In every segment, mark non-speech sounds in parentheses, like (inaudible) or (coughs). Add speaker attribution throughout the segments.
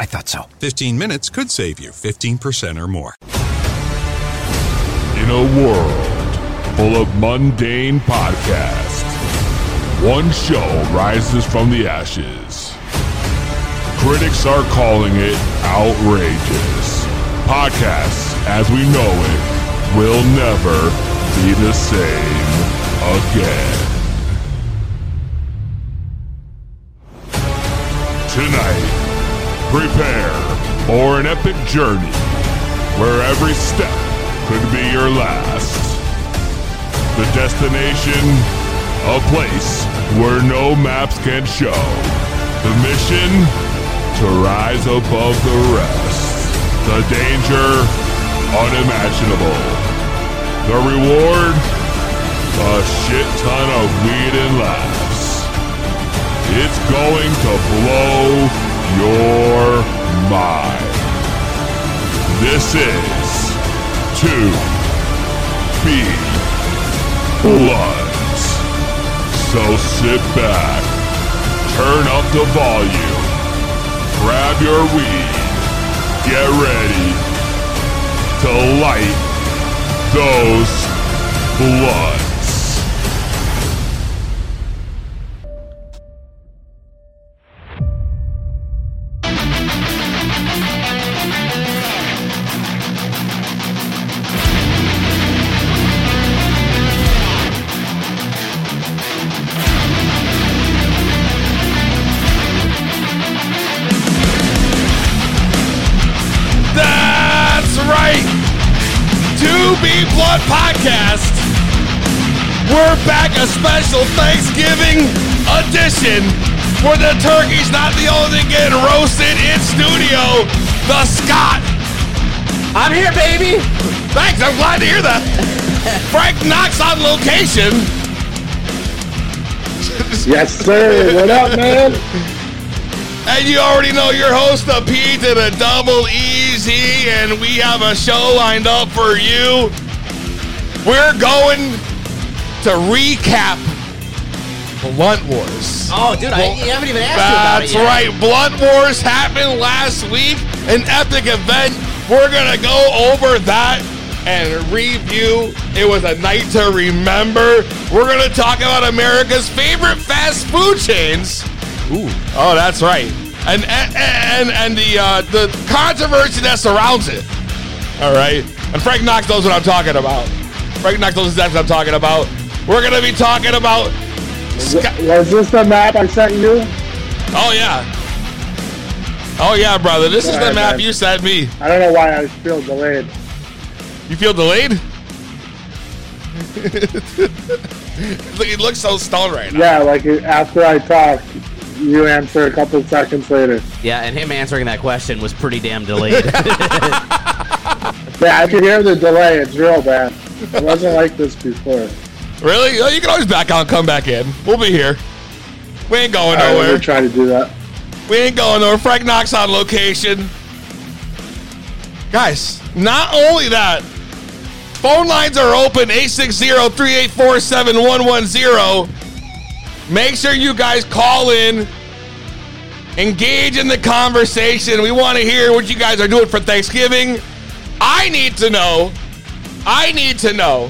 Speaker 1: I thought so.
Speaker 2: 15 minutes could save you 15% or more.
Speaker 3: In a world full of mundane podcasts, one show rises from the ashes. Critics are calling it outrageous. Podcasts as we know it will never be the same again. Tonight, prepare for an epic journey where every step could be your last. The destination, a place where no maps can show. The mission, to rise above the rest. The danger, unimaginable. The reward, a shit ton of weed and laughs. It's going to blow your mind. This is to be blunt. So sit back, turn up the volume, grab your weed, get ready to light those blunts.
Speaker 4: That's right. To Be Blood Podcast. We're back a special Thanksgiving edition where the turkey's not the only thing getting roasted in studio. The Scott. I'm here, baby. Thanks. I'm glad to hear (laughs) that. Frank Knox on location.
Speaker 5: Yes, sir. What up, man?
Speaker 4: And you already know your host, the P to the double easy, and we have a show lined up for you. We're going to recap Blunt Wars.
Speaker 6: Oh, dude, I, you haven't even asked
Speaker 4: That's
Speaker 6: me about it yet.
Speaker 4: right. Blunt Wars happened last week, an epic event. We're going to go over that and review. It was a night to remember. We're going to talk about America's favorite fast food chains. Ooh. Oh, that's right. And and and, and the uh, the controversy that surrounds it. All right. And Frank Knox knows what I'm talking about. Frank Knox knows exactly what I'm talking about. We're going to be talking about
Speaker 5: Was this the map I sent you?
Speaker 4: Oh yeah. Oh yeah, brother. This is the
Speaker 5: Alright,
Speaker 4: map
Speaker 5: man.
Speaker 4: you sent me.
Speaker 5: I don't know why I feel delayed.
Speaker 4: You feel
Speaker 5: (laughs)
Speaker 4: delayed? Look, you look so stoned right now.
Speaker 5: Yeah, like after I talked, you answer a couple seconds later.
Speaker 6: Yeah, and him answering that question was pretty damn delayed. (laughs)
Speaker 5: Yeah, I can hear the delay. It's real bad. It wasn't like this before.
Speaker 4: Really? Oh, you can always back out and come back in. We'll be here. We ain't going
Speaker 5: I
Speaker 4: nowhere.
Speaker 5: never try to do that.
Speaker 4: We ain't going nowhere. Frank Knox on location. Guys, not only that, phone lines are open 860-384-7110. Make sure you guys call in. Engage in the conversation. We want to hear what you guys are doing for Thanksgiving. I need to know. I need to know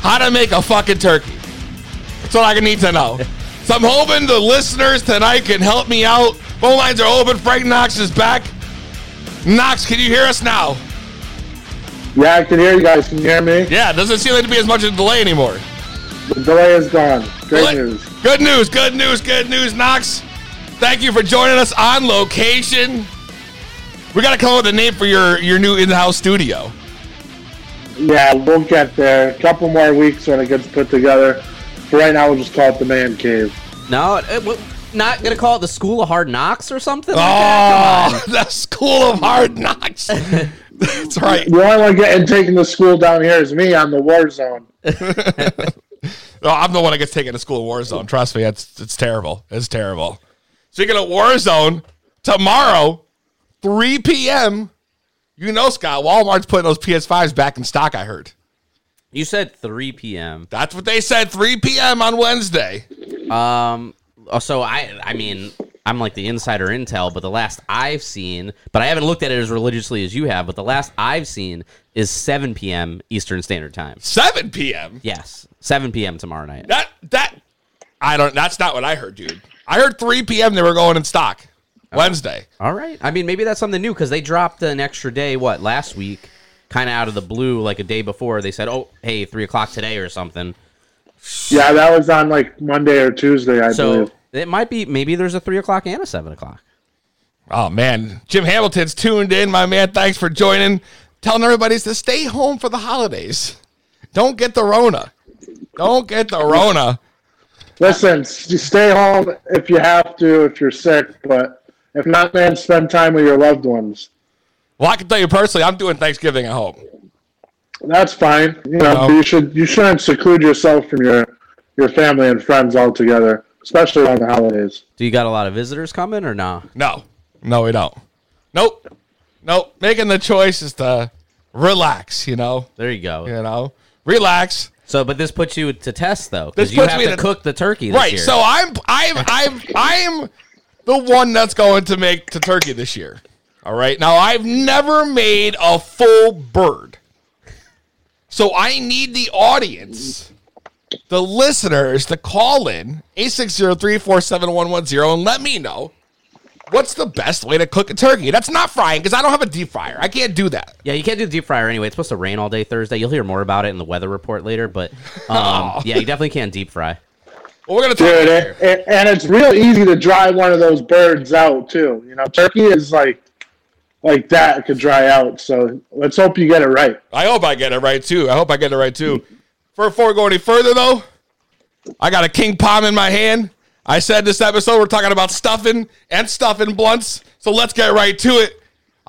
Speaker 4: how to make a fucking turkey. That's all I need to (laughs) know. So I'm hoping the listeners tonight can help me out. Phone lines are open. Frank Knox is back. Knox, can you hear us now?
Speaker 5: Yeah, I can hear you guys. Can you hear me?
Speaker 4: Yeah, it doesn't seem like to be as much of a delay anymore.
Speaker 5: The delay is gone. Great
Speaker 4: Delay-
Speaker 5: news.
Speaker 4: Good news, good news, good news, Knox. Thank you for joining us on location. We gotta come up with a name for your, your new in-house studio.
Speaker 5: Yeah, we'll get there. A couple more weeks when it gets put together. For right now, we'll just call it the man cave.
Speaker 6: no, it, w not gonna call it
Speaker 4: (laughs)
Speaker 6: the School of Hard Knocks or something. like that?
Speaker 4: Oh, the School of Hard Knocks. That's right.
Speaker 5: The only one getting taken to school down here is me on the war zone.
Speaker 4: No, I'm the one that gets taken to school in Warzone. Trust me, it's it's terrible. It's terrible. Speaking of Warzone, tomorrow, 3 p.m. You know, Scott, Walmart's putting those PS5s back in stock. I heard.
Speaker 6: You said 3 p.m.
Speaker 4: That's what they said. 3 p.m. on Wednesday.
Speaker 6: Um, oh, so I, I mean, I'm like the insider intel, but the last I've seen, but I haven't looked at it as religiously as you have, but the last I've seen is 7 p.m. Eastern Standard Time.
Speaker 4: 7 p.m.
Speaker 6: Yes, 7 p.m. tomorrow night.
Speaker 4: That that I don't. That's not what I heard, dude. I heard 3 p.m. They were going in stock Wednesday.
Speaker 6: All right. I mean, maybe that's something new because they dropped an extra day. What last week? Kind of out of the blue, like a day before, they said, "Oh, hey, three o'clock today or something."
Speaker 5: Yeah, that was on like Monday or Tuesday, I
Speaker 6: So
Speaker 5: believe.
Speaker 6: it might be maybe there's a three o'clock and a seven o'clock.
Speaker 4: Oh man, Jim Hamilton's tuned in, my man. Thanks for joining. Telling everybody to stay home for the holidays. Don't get the Rona. Don't get the Rona.
Speaker 5: Listen, s- stay home if you have to, if you're sick, but if not, man, spend time with your loved ones.
Speaker 4: Well, I can tell you personally, I'm doing Thanksgiving at home.
Speaker 5: That's fine. You know,
Speaker 4: No.
Speaker 5: you should you shouldn't seclude yourself from your your family and friends altogether, especially on the holidays.
Speaker 6: Do you got a lot of visitors coming or nah?
Speaker 4: No, no, we don't. Nope, nope. Making the choice is to relax. You know,
Speaker 6: There you go.
Speaker 4: you know, relax.
Speaker 6: So, but this puts you to test though,
Speaker 4: This
Speaker 6: because you
Speaker 4: puts
Speaker 6: have
Speaker 4: me
Speaker 6: to
Speaker 4: to-
Speaker 6: cook the turkey. This
Speaker 4: Right.
Speaker 6: year.
Speaker 4: So I'm, I'm, I'm, I'm the one that's going to make to turkey this year. All right. Now I've never made a full bird, so I need the audience, the listeners, to call in eight six zero three four seven one one zero and let me know what's the best way to cook a turkey. That's not frying because I don't have a deep fryer. I can't do that.
Speaker 6: yeah, you can't do the deep fryer anyway. It's supposed to rain all day Thursday. You'll hear more about it in the weather report later.
Speaker 4: (laughs)
Speaker 6: But
Speaker 4: Oh.
Speaker 6: um, yeah, you definitely can't deep fry.
Speaker 4: Well, we're gonna talk.
Speaker 5: Dude,
Speaker 4: about
Speaker 5: it, it, and it's real easy to dry one of those birds out too. You know, turkey is like like that it could dry out. So let's hope you get it right.
Speaker 4: I hope I get it right too. I hope I get it right too. For before we go any further though, I got a king palm in my hand. I said this episode we're talking about stuffing and stuffing blunts. So let's get right to it.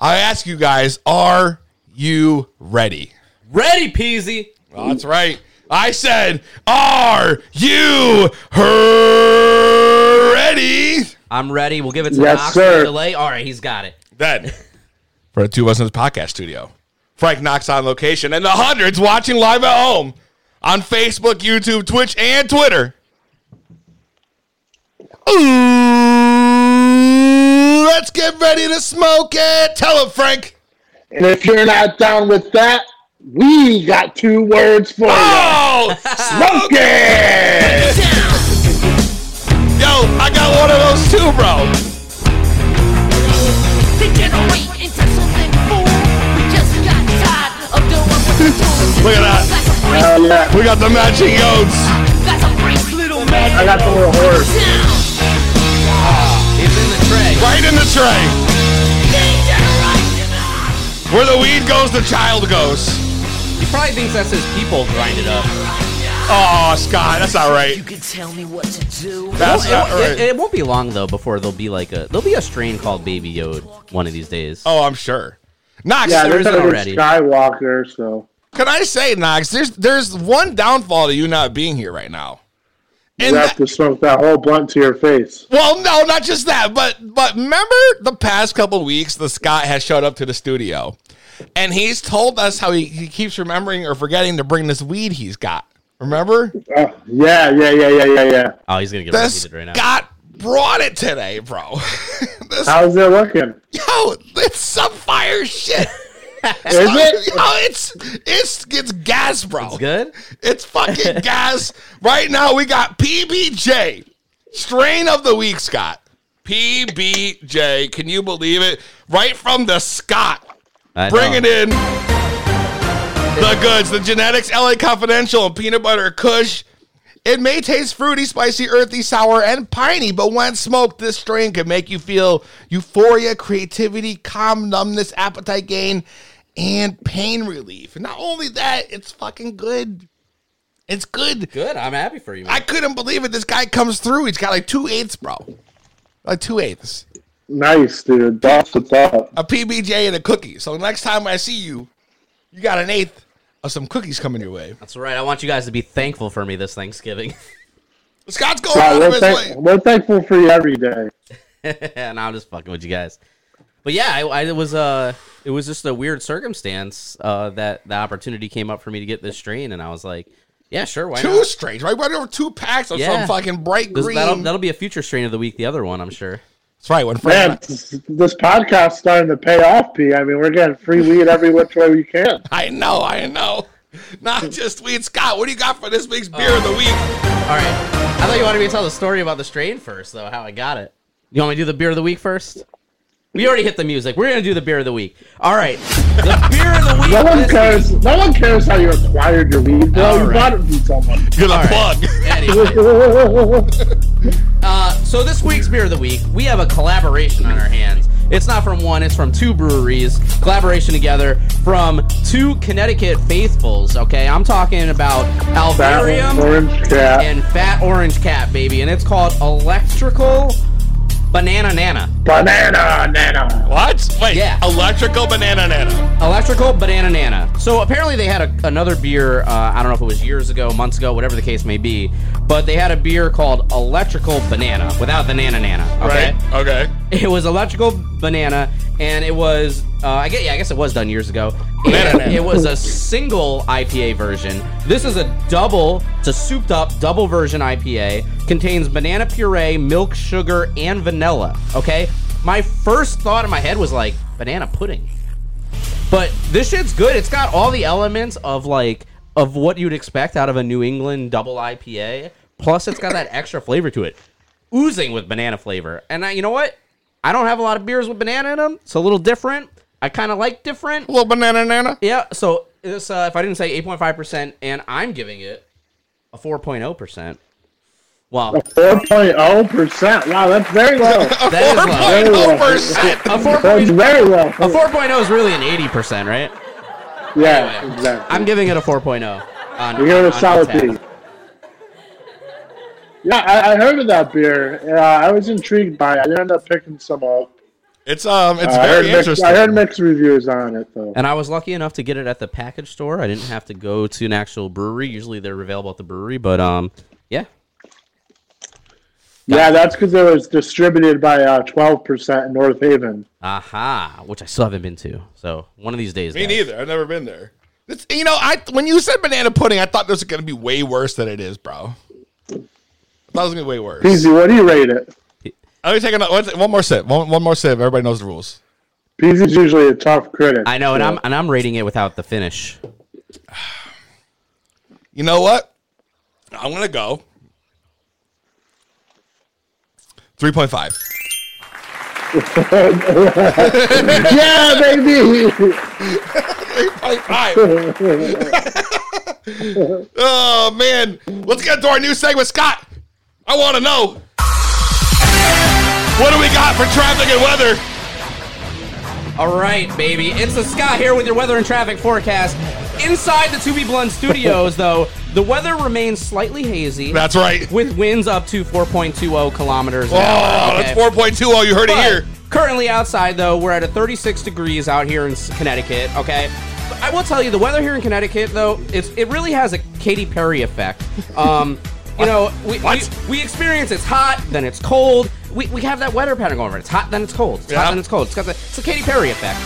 Speaker 4: I ask you guys, are you ready?
Speaker 6: Ready, Peasy.
Speaker 4: Oh, that's right. I said, are you her- ready?
Speaker 6: I'm ready. We'll give it to
Speaker 5: Yes,
Speaker 6: Knox
Speaker 5: sir.
Speaker 6: for delay. All right, he's got it.
Speaker 4: Then, (laughs) for the two of us in this podcast studio, Frank Knox on location, and the hundreds watching live at home on Facebook, YouTube, Twitch, and Twitter. Ooh, let's get ready to smoke it. Tell him, Frank.
Speaker 5: And if you're not down with that, we got two words for you.
Speaker 4: Oh, (laughs) smoke it! Yo, I got one of those too, bro.
Speaker 7: Degenerate into something fool. We just got tired of doing what we do.
Speaker 4: (laughs) Look at that.
Speaker 7: That's a freak.
Speaker 5: Hell yeah.
Speaker 4: We got the matching yodes.
Speaker 7: That's a freak, little man.
Speaker 5: I got the little horse.
Speaker 7: Down.
Speaker 6: He's in the tray.
Speaker 4: Right in the tray.
Speaker 7: Degenerate.
Speaker 4: Where the weed goes, the child goes.
Speaker 6: He probably thinks that's his people grinded up.
Speaker 4: Oh, Scott, that's not right.
Speaker 7: You can tell me what to do.
Speaker 4: That's
Speaker 6: It,
Speaker 4: not
Speaker 6: it-
Speaker 4: right.
Speaker 6: it won't be long though before there'll be like a there'll be a strain called Baby Yod one of these days.
Speaker 4: Oh, I'm sure. Knox,
Speaker 5: Yeah,
Speaker 4: there-
Speaker 5: there's
Speaker 6: isn't
Speaker 5: another
Speaker 6: already.
Speaker 5: Skywalker, so
Speaker 4: can I say, Knox? There's there's one downfall to you not being here right now.
Speaker 5: you
Speaker 4: And
Speaker 5: have
Speaker 4: that,
Speaker 5: to smoke that whole blunt to your face.
Speaker 4: well, no, not just that, but but remember the past couple weeks, the Scott has showed up to the studio, and he's told us how he, he keeps remembering or forgetting to bring this weed he's got. Remember?
Speaker 5: Oh, yeah, yeah, yeah, yeah, yeah, yeah.
Speaker 6: Oh, he's gonna get
Speaker 4: This
Speaker 6: repeated right now.
Speaker 4: Scott brought it today, bro. (laughs) this,
Speaker 5: How's it looking?
Speaker 4: yo, it's some fire shit.
Speaker 5: Is it?
Speaker 4: (laughs) Yo, it's it's it's gas, bro.
Speaker 6: It's good.
Speaker 4: It's fucking gas. Right now, we got PBJ. Strain of the week, Scott. PBJ. Can you believe it? Right from the Scott.
Speaker 6: I
Speaker 4: Bring
Speaker 6: know.
Speaker 4: it in. The goods, the genetics, LA Confidential, and peanut butter kush. It may taste fruity, spicy, earthy, sour, and piney, but when smoked, this strain can make you feel euphoria, creativity, calm, numbness, appetite gain, and pain relief. And not only that, it's fucking good. It's good.
Speaker 6: Good. I'm happy for you. Man.
Speaker 4: I couldn't believe it. This guy comes through. He's got like two eighths, bro. Like two eighths.
Speaker 5: Nice, dude. That's what's up.
Speaker 6: Oh,
Speaker 4: a PBJ and a cookie. So next time I see you, you got an eighth of some cookies coming your way.
Speaker 6: That's right. I want you guys to be thankful for me this Thanksgiving, (laughs)
Speaker 4: Scott's going out
Speaker 5: God,
Speaker 4: of
Speaker 5: we're,
Speaker 4: his
Speaker 5: thank-
Speaker 4: way.
Speaker 5: we're thankful for you every day.
Speaker 6: and I'm just fucking with you guys. But yeah, I, I, it was uh, it was just a weird circumstance uh, that the opportunity came up for me to get this strain, and I was like, yeah, sure, why
Speaker 4: Two
Speaker 6: not?
Speaker 4: strange, right? Right over two packs of some
Speaker 6: Yeah.
Speaker 4: fucking bright
Speaker 6: This-
Speaker 4: green.
Speaker 6: that'll, that'll be a future strain of the week. The other one, I'm sure.
Speaker 4: That's right. When Frank,
Speaker 5: Man, this, this podcast's starting to pay off, P. I mean, we're getting free weed every which way we can.
Speaker 4: I know, I know. (laughs) Not just weed, Scott. What do you got for this week's beer of the week?
Speaker 6: All right. I thought you wanted me to tell the story about the strain first, though. How I got it. You want me to do the beer of the week first? We already hit the music. We're gonna do the beer of the week. All right. The beer of the week.
Speaker 5: No one
Speaker 6: this
Speaker 5: cares.
Speaker 6: week-
Speaker 5: No one cares how you acquired your weed, bro.
Speaker 6: All
Speaker 5: You
Speaker 6: right.
Speaker 5: bought it from
Speaker 6: (laughs)
Speaker 5: someone.
Speaker 4: You're the
Speaker 6: All right.
Speaker 4: plug.
Speaker 6: Anyway. So this week's beer of the week, we have a collaboration on our hands. It's not from one, it's from two breweries. Collaboration together from two Connecticut faithfuls. Okay, I'm talking about
Speaker 5: That
Speaker 6: Alvarium
Speaker 5: orange cat.
Speaker 6: and Fat Orange Cat, baby, and it's called Electrical Banana Nana.
Speaker 5: Banana, nana.
Speaker 4: What? Wait,
Speaker 6: Yeah.
Speaker 4: electrical banana nana.
Speaker 6: Electrical Banana Nana. So apparently they had a, another beer. Uh, I don't know if it was years ago, months ago, whatever the case may be, but they had a beer called Electrical Banana without the Nana Nana. Okay.
Speaker 4: Right? Okay.
Speaker 6: (laughs) It was electrical banana, and it was uh, I guess yeah I guess it was done years ago. And
Speaker 4: Banana.
Speaker 6: It was a single IPA version. This is a double, it's a souped up double version IPA. Contains banana puree, milk, sugar, and vanilla. Okay, my first thought in my head was like banana pudding. But this shit's good. It's got all the elements of like of what you'd expect out of a New England double IPA. Plus, it's got that extra flavor to it, oozing with banana flavor. And I, you know what? I don't have a lot of beers with banana in them. It's a little different. I kind of like different.
Speaker 4: Little banana nana.
Speaker 6: Yeah. So this, uh, if I didn't say eight point five percent, and I'm giving it a four point zero percent. Wow,
Speaker 5: 4.0%. Wow, that's very low.
Speaker 6: (laughs) that is low.
Speaker 4: 4.0%.
Speaker 5: (laughs)
Speaker 6: A oh four
Speaker 5: That's
Speaker 6: point oh
Speaker 5: very low.
Speaker 6: a four is really an eighty percent, right?
Speaker 5: Yeah,
Speaker 6: Anyway,
Speaker 5: exactly.
Speaker 6: I'm giving it a 4.0. On,
Speaker 5: You hear
Speaker 6: on
Speaker 5: the solid
Speaker 6: tap.
Speaker 5: B. Yeah, I, I heard of that beer. Uh, I was intrigued by it. I ended up picking some up.
Speaker 4: It's um, it's
Speaker 5: Uh, I,
Speaker 4: very
Speaker 5: heard mixed,
Speaker 4: interesting.
Speaker 5: I heard mixed reviews on it, though.
Speaker 6: And I was lucky enough to get it at the package store. I didn't have to go to an actual brewery. Usually they're available at the brewery, but um, yeah.
Speaker 5: Yeah, that's because it was distributed by uh, 12% in North Haven.
Speaker 6: Aha, which I still haven't been to. So one of these days.
Speaker 4: Me
Speaker 6: guys.
Speaker 4: neither. I've never been there. It's, you know, I when you said banana pudding, I thought this was gonna be way worse than it is, bro. I thought it was gonna be way worse.
Speaker 5: Peasy, what do you rate it?
Speaker 4: Let me take another one, one more sip. One, one more sip. Everybody knows the rules.
Speaker 5: Peasy's usually a tough critic.
Speaker 6: I know, and I'm and I'm rating it without the finish.
Speaker 4: You know what? I'm gonna go. Three point five.
Speaker 5: yeah,
Speaker 6: (laughs)
Speaker 5: baby!
Speaker 6: Um,
Speaker 4: Three point five.
Speaker 6: (laughs)
Speaker 4: oh man. Let's get to our new segment, Scott. I wanna know. What do we got for traffic and weather?
Speaker 6: All right, baby. It's the Scott here with your weather and traffic forecast. Inside the To Be
Speaker 4: (laughs)
Speaker 6: Blunt Studios, though, the weather remains slightly hazy.
Speaker 4: That's right.
Speaker 6: with winds up to 4.20 kilometers. an
Speaker 4: Oh,
Speaker 6: hour. Okay.
Speaker 4: that's four point two. Oh, you heard it
Speaker 6: But
Speaker 4: here.
Speaker 6: Currently outside, though, we're at a 36 degrees out here in S- Connecticut. Okay, But I will tell you the weather here in Connecticut, though, it's it really has a Katy
Speaker 4: (laughs)
Speaker 6: Perry effect. Um, you know, we, we
Speaker 4: What?
Speaker 6: we experience it's hot, then it's cold. We, we have that weather pattern going over. It's hot, then it's cold. It's
Speaker 4: Yeah.
Speaker 6: hot, then it's cold. It's got the it's the Katy Perry effect.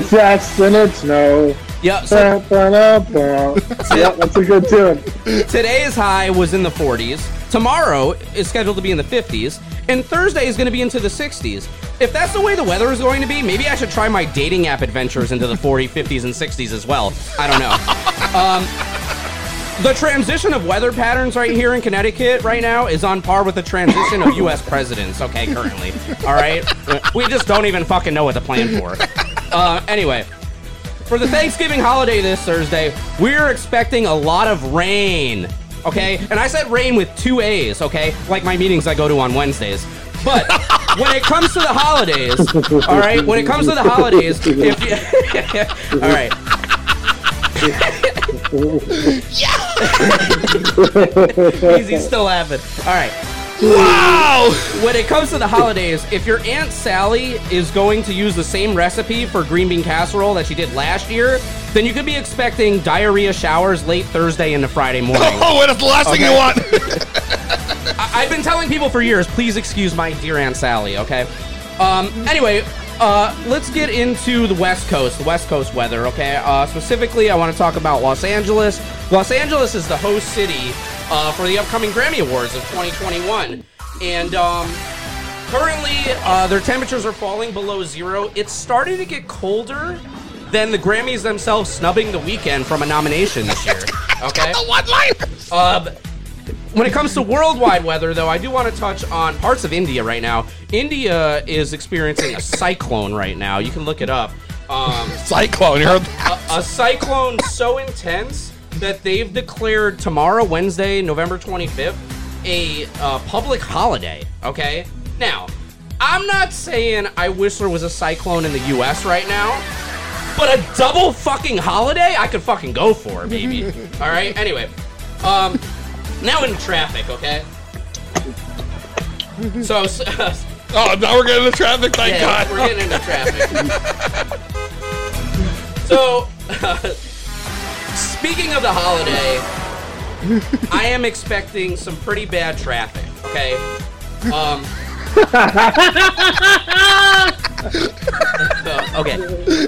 Speaker 5: it's yes and it's no.
Speaker 6: Yeah. So
Speaker 5: Ba, ba, ba, ba. yep, that's a good tune.
Speaker 6: Today's high was in the 40s. Tomorrow is scheduled to be in the 50s. And Thursday is going to be into the 60s. If that's the way the weather is going to be, maybe I should try my dating app adventures into the 40s, 50s, and 60s as well. I don't know. (laughs) Um, the transition of weather patterns right here in Connecticut right now is on par with the transition of U.S. presidents, okay, currently. All right? We just don't even fucking know what to plan for. Uh, anyway for the Thanksgiving holiday this Thursday, we're expecting a lot of rain. Okay? And I said rain with two A's, okay? Like my meetings I go to on Wednesdays. But when it comes to the holidays, all right? When it comes to the holidays, if you. (laughs) all right. (laughs) He's, he's still laughing. All right.
Speaker 4: Wow!
Speaker 6: When it comes to the holidays, if your Aunt Sally is going to use the same recipe for green bean casserole that she did last year, then you could be expecting diarrhea showers late Thursday into Friday morning.
Speaker 4: Oh, that's the last thing you want.
Speaker 6: I- I've been telling people for years, please excuse my dear Aunt Sally, okay? Um, anyway, uh, let's get into the West Coast, the West Coast weather, okay? Uh, specifically, I want to talk about Los Angeles. Los Angeles is the host city uh, for the upcoming Grammy Awards of 2021. And um, currently, uh, their temperatures are falling below zero. It's starting to get colder than the Grammys themselves snubbing the weekend from a nomination this year, okay?
Speaker 4: One line.
Speaker 6: Um, when it comes to worldwide weather, though, I do want to touch on parts of India right now. India is experiencing a cyclone right now. You can look it up. Um,
Speaker 4: Cyclone. You heard that?
Speaker 6: a, a cyclone so intense that they've declared tomorrow, Wednesday, November 25th, a uh, public holiday. Okay? Now, I'm not saying I wish there was a cyclone in the US right now, but a double fucking holiday? I could fucking go
Speaker 4: (laughs)
Speaker 6: for, baby. All right? Anyway, um, now in traffic, okay? So, (laughs) so
Speaker 4: Oh, now we're getting the traffic. Thank
Speaker 6: yeah,
Speaker 4: God.
Speaker 6: We're getting into traffic. so, (laughs) speaking of the holiday, I am expecting some pretty bad traffic. Okay. Um. okay.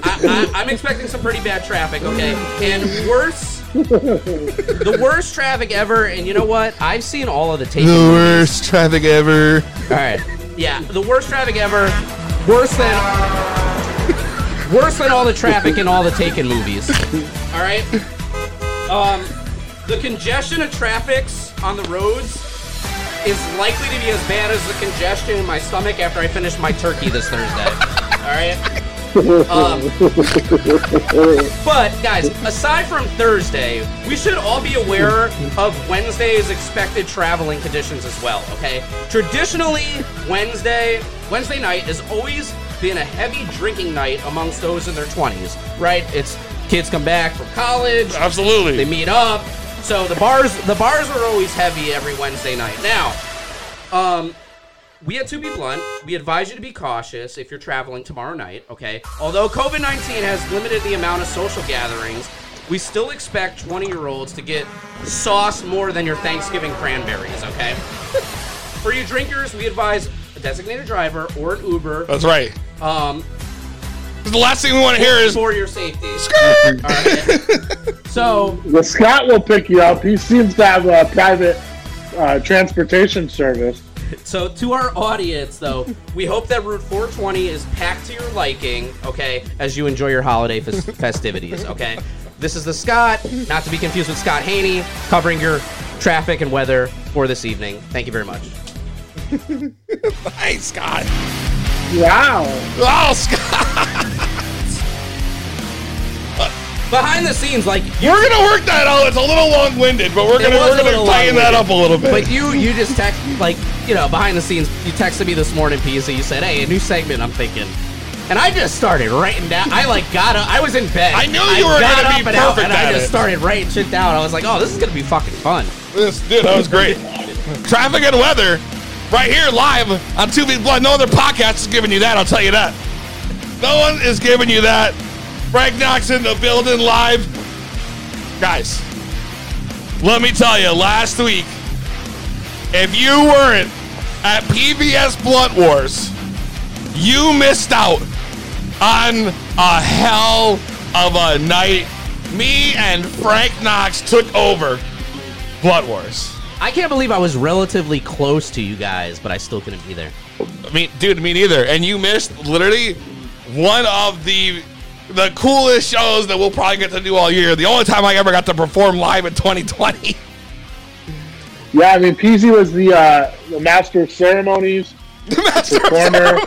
Speaker 6: I, I, I'm expecting some pretty bad traffic. Okay, and worse. the worst traffic ever, and you know what? I've seen all of the tapes.
Speaker 4: worst traffic ever.
Speaker 6: All right. Yeah, the worst traffic ever. Worse than worse than all the traffic in all the Taken movies. All right. Um, the congestion of traffics on the roads is likely to be as bad as the congestion in my stomach after I finish my turkey this Thursday. All right. Um, but guys, aside from Thursday, we should all be aware of Wednesday's expected traveling conditions as well. Okay, traditionally Wednesday, Wednesday night has always been a heavy drinking night amongst those in their 20s. Right? It's kids come back from college, they
Speaker 4: Absolutely.
Speaker 6: meet up. So the bars the bars are always heavy every Wednesday night. Now, um we had to be blunt. We advise you to be cautious if you're traveling tomorrow night, okay? Although COVID 19 has limited the amount of social gatherings, we still expect 20 year olds to get sauce more than your Thanksgiving cranberries, okay? (laughs) For you drinkers, we advise a designated driver or an Uber
Speaker 4: That's right.
Speaker 6: um,
Speaker 4: The last thing we want to hear is
Speaker 6: for your safety. All right? So,
Speaker 5: Well, Scott will pick you up. He seems to have a private uh, transportation service.
Speaker 6: So to our audience, though, we hope that Route 420 is packed to your liking, okay, as you enjoy your holiday fes- (laughs) festivities, okay? This is the Scott, not to be confused with Scott Haney, covering your traffic and weather for this evening. Thank you very much.
Speaker 4: Hey, Scott.
Speaker 5: Wow.
Speaker 4: Oh, Scott.
Speaker 6: Behind the scenes, like you,
Speaker 4: We're gonna work that out. It's a little long-winded, but we're gonna
Speaker 6: was
Speaker 4: we're
Speaker 6: a
Speaker 4: gonna
Speaker 6: little
Speaker 4: tighten that
Speaker 6: long-winded.
Speaker 4: up a little bit.
Speaker 6: but you, you just text like you know behind the scenes. You texted me this morning, PC. You said, "Hey, a new segment." I'm thinking. And I just started writing down. I like got up. I was in bed.
Speaker 4: I knew you were
Speaker 6: got
Speaker 4: gonna
Speaker 6: up
Speaker 4: be
Speaker 6: and out,
Speaker 4: perfect
Speaker 6: and I
Speaker 4: at
Speaker 6: just
Speaker 4: it.
Speaker 6: started writing shit down. I was like, "Oh, this is gonna be fucking fun."
Speaker 4: This, dude, that was
Speaker 6: (laughs)
Speaker 4: great. Traffic and weather, right here live on Two Feet Blood. No other podcast is giving you that. I'll tell you that. No one is giving you that. Frank Knox in the building live, guys. Let me tell you, last week, if you weren't at PBS Blunt Wars, you missed out on a hell of a night. Me and Frank Knox took over Blunt Wars.
Speaker 6: I can't believe I was relatively close to you guys, but I still couldn't be there.
Speaker 4: I mean, dude, me neither. And you missed literally one of the the coolest shows that we'll probably get to do all year. The only time I ever got to perform live in (laughs) 2020.
Speaker 5: Yeah, I mean, PZ was the uh, the master of ceremonies.
Speaker 4: The Master of
Speaker 5: Performer.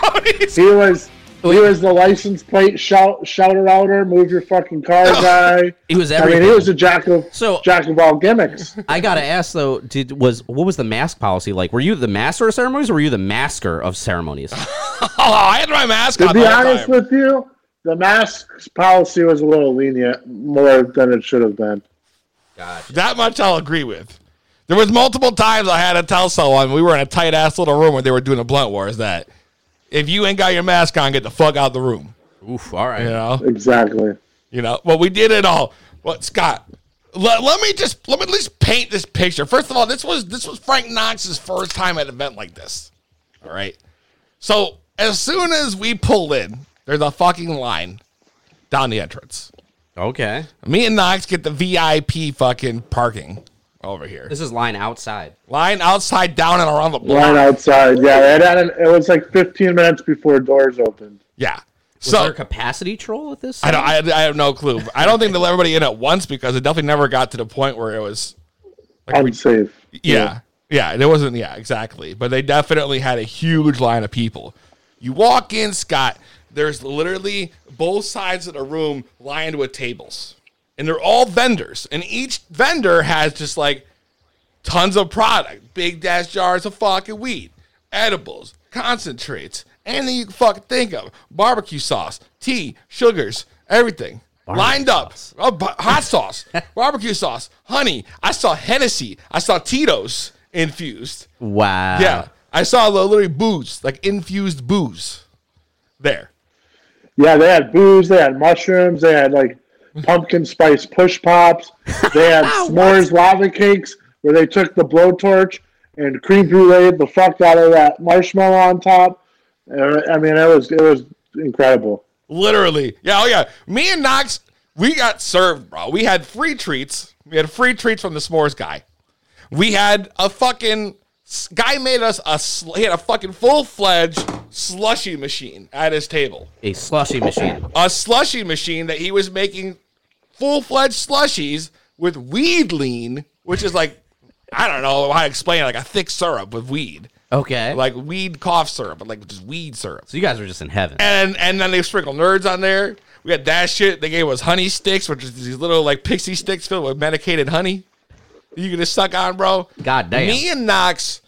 Speaker 4: Ceremonies.
Speaker 5: He was he was the license plate shout shouter outer. Move your fucking car guy.
Speaker 6: He was
Speaker 5: I mean,
Speaker 6: everything.
Speaker 5: he was a jack of
Speaker 6: So-
Speaker 5: jack of
Speaker 4: (laughs)
Speaker 5: all gimmicks.
Speaker 6: I gotta ask though, did was what was the mask policy like? Were you the master of ceremonies, or were you the masker of ceremonies?
Speaker 4: (laughs) (laughs) Oh, I had my mask
Speaker 5: To
Speaker 4: on. the
Speaker 5: be
Speaker 4: whole
Speaker 5: honest
Speaker 4: time.
Speaker 5: with you, the masks policy was a little lenient, more than it should have been.
Speaker 4: that much I'll agree with. There was multiple times I had to tell someone we were in a tight ass little room where they were doing a blunt wars that if you ain't got your mask on, get the fuck out the room.
Speaker 6: Oof. All right.
Speaker 4: You know.
Speaker 5: Exactly.
Speaker 4: You know, well, we did it all. Well, Scott, let, let me just let me at least paint this picture. First of all, this was this was Frank Knox's first time at an event like this. All right. So as soon as we pulled in, there's a fucking line down the entrance.
Speaker 6: Okay.
Speaker 4: Me and Knox get the VIP fucking parking over here.
Speaker 6: This is line outside.
Speaker 4: Line outside, down and around the block.
Speaker 5: Line outside. Yeah, it, had an, it was like 15 minutes before doors opened.
Speaker 4: Yeah.
Speaker 6: Was
Speaker 4: so
Speaker 6: there a capacity troll at this?
Speaker 4: I don't. I, I have no clue. I don't think they'll everybody in at once because it definitely never got to the point where it was
Speaker 5: Unsafe.
Speaker 4: Yeah. Yeah. and It wasn't, yeah, exactly. But they definitely had a huge line of people. You walk in, Scott, there's literally both sides of the room lined with tables. And they're all vendors. And each vendor has just like tons of product big dash jars of fucking weed, edibles, concentrates, anything you can fucking think of barbecue sauce, tea, sugars, everything. lined up, Oh, bu- hot sauce, barbecue sauce, honey. I saw Hennessy. I saw Tito's infused.
Speaker 6: Wow.
Speaker 4: Yeah, I saw li- literally booze, like infused booze. There,
Speaker 5: Yeah, they had booze, they had mushrooms, they had like pumpkin spice push pops, they (laughs) had s'mores lava cakes where they took the blowtorch and cream brulee the fuck out of that marshmallow on top. Uh, I mean, it was it was incredible.
Speaker 4: literally. Yeah, oh yeah. Me and Knox, we got served, bro. We had free treats. We had free treats from the s'mores guy. We had a fucking s- guy made us a sl- he had a fucking full fledged slushy machine at his table.
Speaker 6: A slushy machine.
Speaker 4: a slushy machine that he was making full fledged slushies with weed lean, which is like I don't know how to explain it, like a thick syrup with weed,
Speaker 6: Okay.
Speaker 4: like weed cough syrup, but like just weed syrup.
Speaker 6: so you guys were just in heaven.
Speaker 4: And and then they sprinkle nerds on there. We had that shit. They gave us honey sticks, which is these little like pixie sticks filled with medicated honey. You can just suck on, bro.
Speaker 6: God damn.
Speaker 4: Me and Knox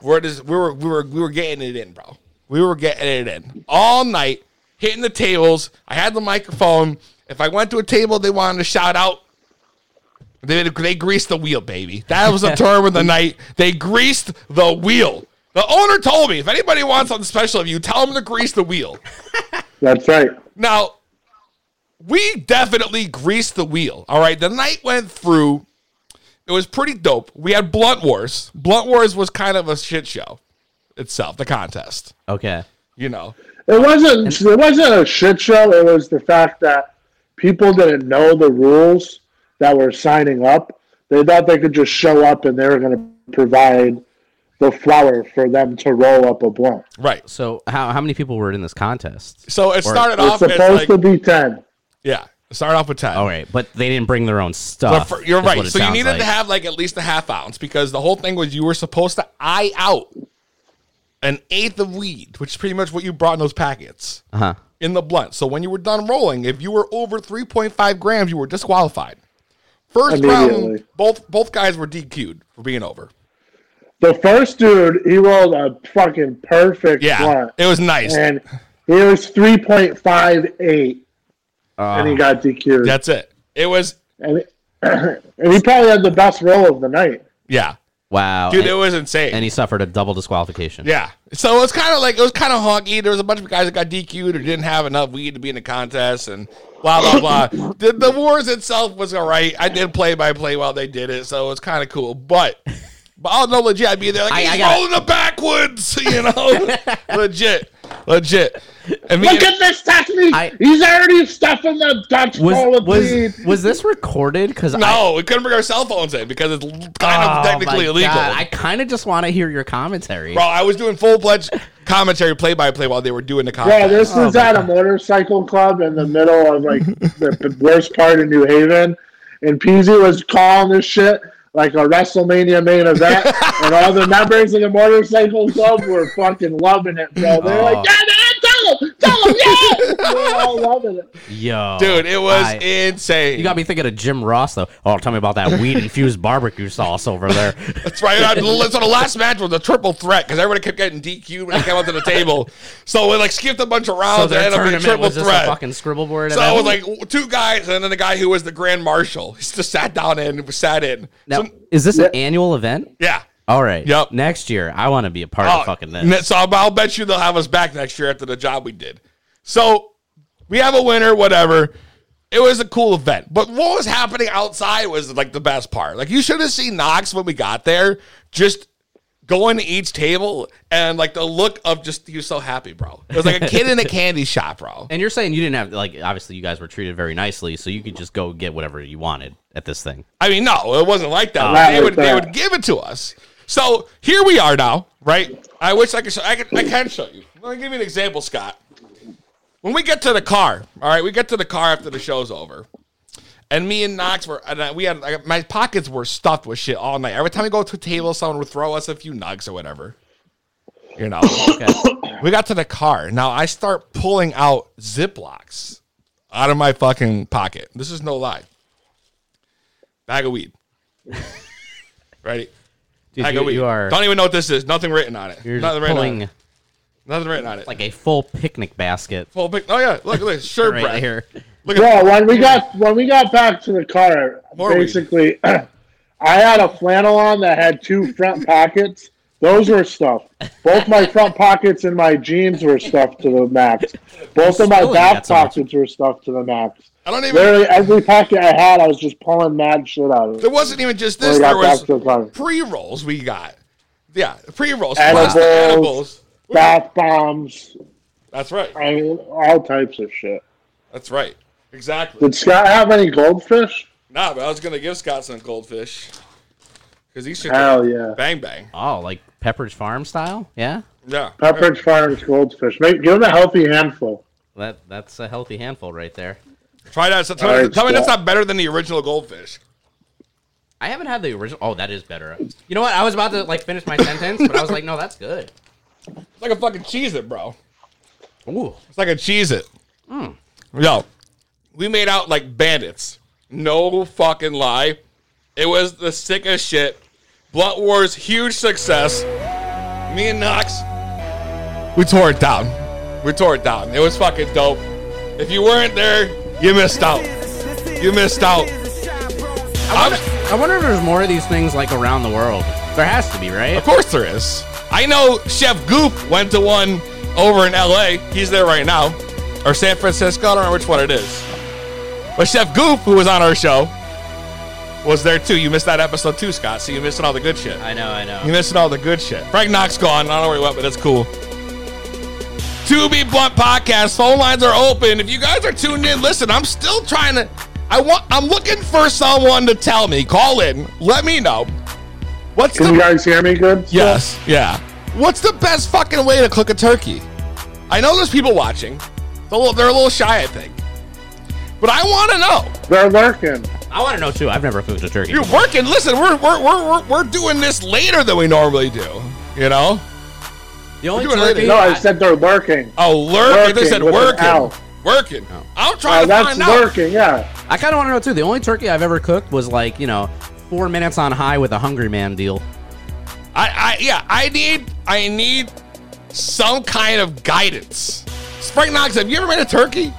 Speaker 4: were just we were we were we were getting it in, bro. We were getting it in all night, hitting the tables. I had the microphone. If I went to a table, they wanted to shout out. They they greased the wheel, baby. That was
Speaker 6: (laughs)
Speaker 4: the term of the night. They greased the wheel. The owner told me if anybody wants something special of you, tell them to grease the wheel.
Speaker 5: That's right.
Speaker 4: Now, we definitely greased the wheel. All right. The night went through. It was pretty dope. We had Blunt Wars. Blunt Wars was kind of a shit show itself, the contest,
Speaker 6: okay.
Speaker 4: you know.
Speaker 5: It wasn't it wasn't a shit show. It was the fact that people didn't know the rules that were signing up. They thought they could just show up and they were going to provide the flour for them to roll up a blunt.
Speaker 4: Right.
Speaker 6: So how, how many people were in this contest?
Speaker 4: So it started
Speaker 5: It's
Speaker 4: off as
Speaker 5: supposed
Speaker 4: like,
Speaker 5: to be ten.
Speaker 4: yeah, it started off with 10.
Speaker 6: All right, but they didn't bring their own
Speaker 4: But
Speaker 6: stuff.
Speaker 4: for- you're
Speaker 6: is
Speaker 4: right.
Speaker 6: what it
Speaker 4: So you
Speaker 6: sounds
Speaker 4: needed
Speaker 6: like.
Speaker 4: to have like at least a half ounce because the whole thing was you were supposed to eye out an eighth of weed, which is pretty much what you brought in those packets.
Speaker 6: Uh-huh.
Speaker 4: in the blunt. So when you were done rolling, if you were over 3.5 grams, you were disqualified. First round,
Speaker 5: Immediately.
Speaker 4: both both guys were DQ'd for being over.
Speaker 5: The first dude, he rolled a fucking perfect
Speaker 4: Yeah,
Speaker 5: blunt,
Speaker 4: it was nice.
Speaker 5: and he was three point five eight, and he got DQ'd.
Speaker 4: That's it. It was
Speaker 5: and, he- (clears throat) and he probably had the best roll of the night.
Speaker 4: yeah,
Speaker 6: Wow.
Speaker 4: dude.
Speaker 6: Oh, and,
Speaker 4: it was insane.
Speaker 6: and he suffered a double disqualification.
Speaker 4: yeah. So it was kind of like it was kind of honky. There was a bunch of guys that got DQ'd or didn't have enough weed to be in the contest and. Blah blah
Speaker 6: (coughs)
Speaker 4: blah. the, the wars itself was all right. I did play by play while they did it, so it was kind of cool. But, but I'll know legit. I'd be there like
Speaker 6: I-
Speaker 4: he's
Speaker 6: I gotta-
Speaker 4: rolling the backwoods, (laughs) you
Speaker 6: (laughs)
Speaker 4: know, legit, legit. And me
Speaker 5: Look
Speaker 4: and-
Speaker 5: at this technique.
Speaker 6: I-
Speaker 5: He's already stuffing the Dutch bowl
Speaker 6: Was
Speaker 5: of weed.
Speaker 6: was, was this recorded? Because
Speaker 4: No, we couldn't bring our cell phones in because it's kind of technically illegal.
Speaker 6: Oh I kind of just want to hear your commentary.
Speaker 4: Bro, I was doing full fledged commentary play by play while they were doing the
Speaker 6: Oh,
Speaker 5: Yeah,
Speaker 4: contest.
Speaker 5: this is at a motorcycle club in the middle of
Speaker 6: (laughs)
Speaker 5: like the p- worst part of New Haven, and Peasy was calling this shit like a WrestleMania main
Speaker 6: (laughs)
Speaker 5: event, and all
Speaker 6: Oh.
Speaker 5: the members of the motorcycle club were fucking loving it, bro. They're like, yeah, man, tell him, tell
Speaker 6: (laughs)
Speaker 5: They all loving it.
Speaker 6: Yo,
Speaker 4: Dude, it was
Speaker 6: I-
Speaker 4: insane.
Speaker 6: You got me thinking of Jim Ross though. Oh, tell me about that weed infused (laughs) barbecue sauce over (laughs) there.
Speaker 4: That's right. I- So the last match was a triple threat because everybody kept getting DQ when I came up to the table. So we like skipped a bunch of
Speaker 6: so
Speaker 4: rounds
Speaker 6: their
Speaker 4: and ended up in a
Speaker 6: tournament
Speaker 4: triple
Speaker 6: was just
Speaker 4: threat.
Speaker 6: a fucking scribble board.
Speaker 4: so
Speaker 6: and
Speaker 4: it was
Speaker 6: then-
Speaker 4: like two guys and then the guy who was the grand marshal. He just sat down and was sat in.
Speaker 6: now,
Speaker 4: So-
Speaker 6: is this an annual event?
Speaker 4: yeah.
Speaker 6: All right.
Speaker 4: Yep.
Speaker 6: Next year, I want to be a part
Speaker 4: Oh,
Speaker 6: of fucking this.
Speaker 4: ne- So I'll, I'll bet you they'll have us back next year after the job we did. So we have a winner, whatever. It was a cool event, but what was happening outside was like the best part. Like you should have seen Knox when we got there, just going to each table and like the look of just he was so happy, bro. It was like a kid in a candy shop, bro.
Speaker 6: and you're saying you didn't have like obviously you guys were treated very nicely, so you could just go get whatever you wanted at this thing.
Speaker 4: I mean, no, it wasn't like that.
Speaker 5: Not
Speaker 4: they
Speaker 5: like
Speaker 4: would they
Speaker 5: that.
Speaker 4: would give it to us. So here we are now, right? I wish I could show, I could I can show you. Let me give you an example, Scott. When we get to the car, all right, we get to the car after the show's over, and me and Knox were and I, we had I, my pockets were stuffed with shit all night. Every time we go to a table, someone would throw us a few nugs or whatever. You know, we got to the car. Now I start pulling out Ziplocs out of my fucking pocket. This is no lie. Bag of
Speaker 6: (laughs)
Speaker 4: weed. Ready?
Speaker 6: Dude,
Speaker 4: Bag
Speaker 6: you,
Speaker 4: of weed.
Speaker 6: you are
Speaker 4: Don't even know what this is. Nothing written on it.
Speaker 6: you're just
Speaker 4: Nothing written on
Speaker 6: pulling
Speaker 4: it. Nothing written on it.
Speaker 6: like a full picnic basket
Speaker 4: Full pic- oh yeah, look,
Speaker 6: (laughs)
Speaker 4: look, sure,
Speaker 6: right
Speaker 4: Brett.
Speaker 6: here.
Speaker 4: Look at
Speaker 5: Well, when we got when we got back to the car,
Speaker 4: More weed.
Speaker 5: basically, (clears throat) I had a flannel on that had two front pockets. Those were stuffed. Both my front pockets and my jeans were stuffed to the max. Both of my
Speaker 6: Still
Speaker 5: back
Speaker 6: got so much.
Speaker 5: pockets were stuffed to the max.
Speaker 4: I don't even.
Speaker 5: Literally every pocket I had, I was just pulling mad shit out of.
Speaker 4: There wasn't even just
Speaker 5: When
Speaker 4: this.
Speaker 5: we
Speaker 4: There
Speaker 5: got back
Speaker 4: was
Speaker 5: to the car.
Speaker 4: pre rolls we got. Yeah, pre rolls,
Speaker 5: Edibles.
Speaker 4: plastic edibles.
Speaker 5: Bath bombs,
Speaker 4: That's right.
Speaker 5: I mean, all types of shit.
Speaker 4: That's right. Exactly.
Speaker 5: Did Scott have any goldfish?
Speaker 4: Nah, but I was gonna give Scott some goldfish because he should.
Speaker 5: Hell yeah.
Speaker 4: Bang bang.
Speaker 6: Oh, like Pepperidge Farm style? Yeah.
Speaker 4: Yeah.
Speaker 5: Pepperidge Farms goldfish. Make, give him a healthy handful.
Speaker 6: That that's a healthy handful right there.
Speaker 4: Try that. So tell
Speaker 5: All
Speaker 4: me,
Speaker 5: right,
Speaker 4: tell me that's
Speaker 5: Scott.
Speaker 4: not better than the original goldfish.
Speaker 6: I haven't had the original. Oh, that is better. You know what? I was about to like finish my sentence, but I was like, no, that's good.
Speaker 4: It's like a fucking cheese it, bro.
Speaker 6: Ooh,
Speaker 4: It's like a cheese it.
Speaker 5: Hmm.
Speaker 4: Yo, we made out like bandits. No fucking lie. It was the sickest shit. Blunt Wars, huge success. Me and Knox, we tore it down. We tore it down. It was fucking dope. If you weren't there, you missed out. You missed out. I'm-
Speaker 6: I wonder if there's more of these things like around the world. There has to be, right?
Speaker 4: Of course there is. I know Chef Goop went to one over in LA. He's there right now. Or San Francisco. I don't know which one it is. But Chef Goop, who was on our show, was there too. You missed that episode too, Scott. So you're missing all the good shit.
Speaker 6: I know, I
Speaker 4: You're
Speaker 6: know.
Speaker 4: missing all the good shit. Frank Knox gone. I don't know where he went, but it's cool. To be blunt podcast phone lines are open. If you guys are tuned in, listen. I'm still trying to. I want. I'm looking for someone to tell me. Call in. Let me know. What's the
Speaker 5: Can you guys hear me good?
Speaker 4: Yes. Yeah. What's the best fucking way to cook a turkey? I know there's people watching. They're a little, they're a little shy, I think. But I want to know.
Speaker 5: They're lurking.
Speaker 6: I want to know too. I've never cooked a turkey.
Speaker 4: You're working. Listen, we're we're, we're, we're we're doing this later than we normally do. You know?
Speaker 6: The only
Speaker 4: We're doing it.
Speaker 6: turkey.
Speaker 5: No, I said they're lurking.
Speaker 4: Oh, lurking. They
Speaker 5: Working
Speaker 4: said
Speaker 5: with an
Speaker 4: working.
Speaker 5: owl.
Speaker 4: Working. I'm
Speaker 5: Uh,
Speaker 4: trying to
Speaker 5: that's
Speaker 4: find out.
Speaker 5: lurking, yeah.
Speaker 6: I kind of want to know too. The only turkey I've ever cooked was like you know four minutes on high with a hungry man deal.
Speaker 4: I, I yeah, I need I need some kind of guidance. Spring Knox, have you ever made a turkey?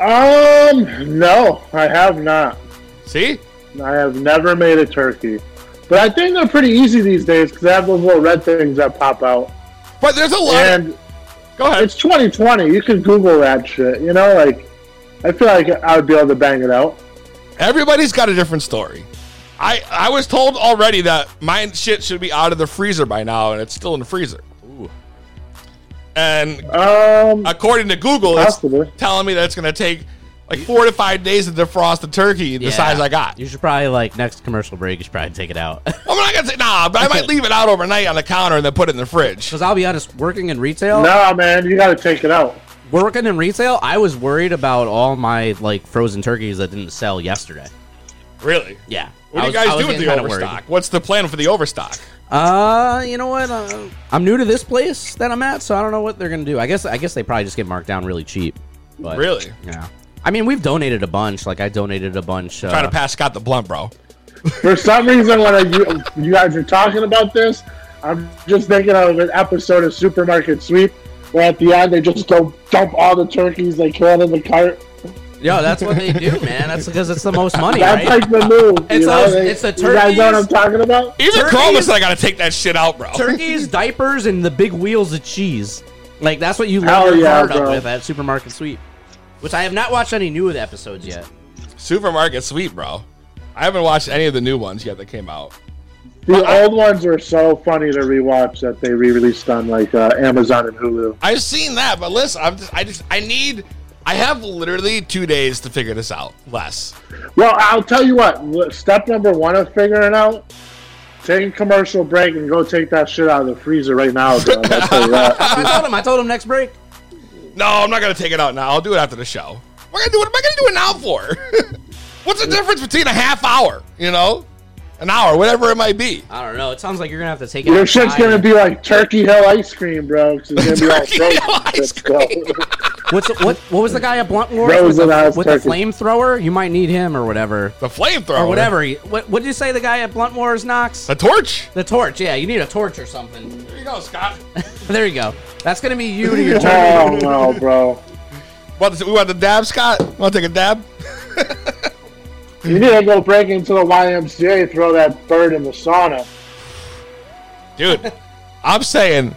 Speaker 5: Um, no, I have not.
Speaker 4: See?
Speaker 5: I have never made a turkey. But I think they're pretty easy these days because they have those little red things that pop out.
Speaker 4: But there's a lot. of-
Speaker 5: And
Speaker 4: go ahead.
Speaker 5: it's 2020. You can Google that shit. You know, like, I feel like I would be able to bang it out.
Speaker 4: Everybody's got a different story. I I was told already that my shit should be out of the freezer by now, and it's still in the freezer. And
Speaker 5: Um,
Speaker 4: according to Google, it's
Speaker 5: Possibly.
Speaker 4: telling me that it's going to take like four to five days to defrost the turkey the
Speaker 6: Yeah.
Speaker 4: size I got.
Speaker 6: You should probably like next commercial break. You should probably take it out. (laughs)
Speaker 4: I'm not going to say nah, but I might leave it out overnight on the counter and then put it in the fridge.
Speaker 6: Because I'll be honest, working in retail,
Speaker 5: nah, man, you got to take it out.
Speaker 6: working in retail, I was worried about all my like frozen turkeys that didn't sell yesterday.
Speaker 4: Really?
Speaker 6: Yeah.
Speaker 4: What
Speaker 6: I
Speaker 4: do
Speaker 6: was-
Speaker 4: you
Speaker 6: I
Speaker 4: guys
Speaker 6: was
Speaker 4: do with
Speaker 6: getting
Speaker 4: the
Speaker 6: kinda worried.
Speaker 4: overstock? What's the plan for the overstock?
Speaker 6: Uh, you know what? Uh, I'm new to this place that I'm at, so I don't know what they're gonna do. I guess I guess they probably just get marked down really cheap. But, uh,
Speaker 4: Really?
Speaker 6: Yeah. I mean, we've donated a bunch. Like I donated a bunch. Uh,
Speaker 4: Try to pass Scott the blunt, bro.
Speaker 5: For some reason, when I, you, you guys are talking about this, I'm just thinking of an episode of Supermarket Sweep where at the end they just go dump all the turkeys they can in the cart.
Speaker 6: Yo, that's what they do, (laughs) man. That's because it's the most money,
Speaker 5: That's
Speaker 6: right?
Speaker 5: like the move.
Speaker 6: It's
Speaker 5: you know?
Speaker 6: those-
Speaker 5: They-
Speaker 6: it's the
Speaker 5: You guys know what I'm
Speaker 6: turkeys.
Speaker 5: talking about?
Speaker 4: Even
Speaker 6: Turkeys?
Speaker 4: Chroma said I gotta take that shit out, bro.
Speaker 6: Turkeys, diapers, and the big wheels of cheese. Like that's what you
Speaker 5: Hell
Speaker 6: load your
Speaker 5: yeah,
Speaker 6: card up
Speaker 5: bro.
Speaker 6: with at Supermarket Sweep. Which I have not watched any new of the episodes
Speaker 4: (laughs)
Speaker 6: yet.
Speaker 4: Supermarket sweep, bro. I haven't watched any of the new ones yet that came out.
Speaker 5: The old ones were so funny to rewatch that they re-released on like uh, Amazon and Hulu.
Speaker 4: I've seen that, but listen, I'm just, I just, I need, I have literally two days to figure this out. Less.
Speaker 5: Well, I'll tell you what. l- Step number one of figuring out: take a commercial break and go take that shit out of the freezer right now. Bro. I'll tell you
Speaker 6: (laughs)
Speaker 5: that.
Speaker 6: I told him. I told him next break.
Speaker 4: No, I'm not gonna take it out now. I'll do it after the show. What am I gonna do? What am I gonna do it now for? (laughs) What's the difference between a half hour? You know, an hour, whatever it might be.
Speaker 6: I don't know. It sounds like you're gonna have to take it.
Speaker 5: Your shit's
Speaker 6: outside.
Speaker 5: gonna be like Turkey Hill ice cream, bro. 'cause It's gonna be all
Speaker 4: (laughs) Turkey
Speaker 5: frozen
Speaker 4: Hill
Speaker 5: (laughs) and
Speaker 4: ice
Speaker 5: shit, bro.
Speaker 6: What's what? What was the guy at Blunt Wars with
Speaker 5: Frozen
Speaker 6: the,
Speaker 5: eyes
Speaker 6: with the
Speaker 5: turkey.
Speaker 6: flamethrower? You might need him or whatever,
Speaker 4: The flamethrower,
Speaker 6: or whatever. he- What what did you say? The guy at Blunt Wars knocks
Speaker 4: The torch.
Speaker 6: the torch. Yeah, you need a torch or something.
Speaker 4: There you go, Scott.
Speaker 6: There you go. That's gonna be you
Speaker 4: (laughs)
Speaker 6: to your turn.
Speaker 5: Oh no, bro.
Speaker 4: Want to- we want the dab, Scott. Want to take a dab?
Speaker 5: You need to go break into the YMCA, throw that bird in the sauna.
Speaker 4: dude. (laughs) I'm saying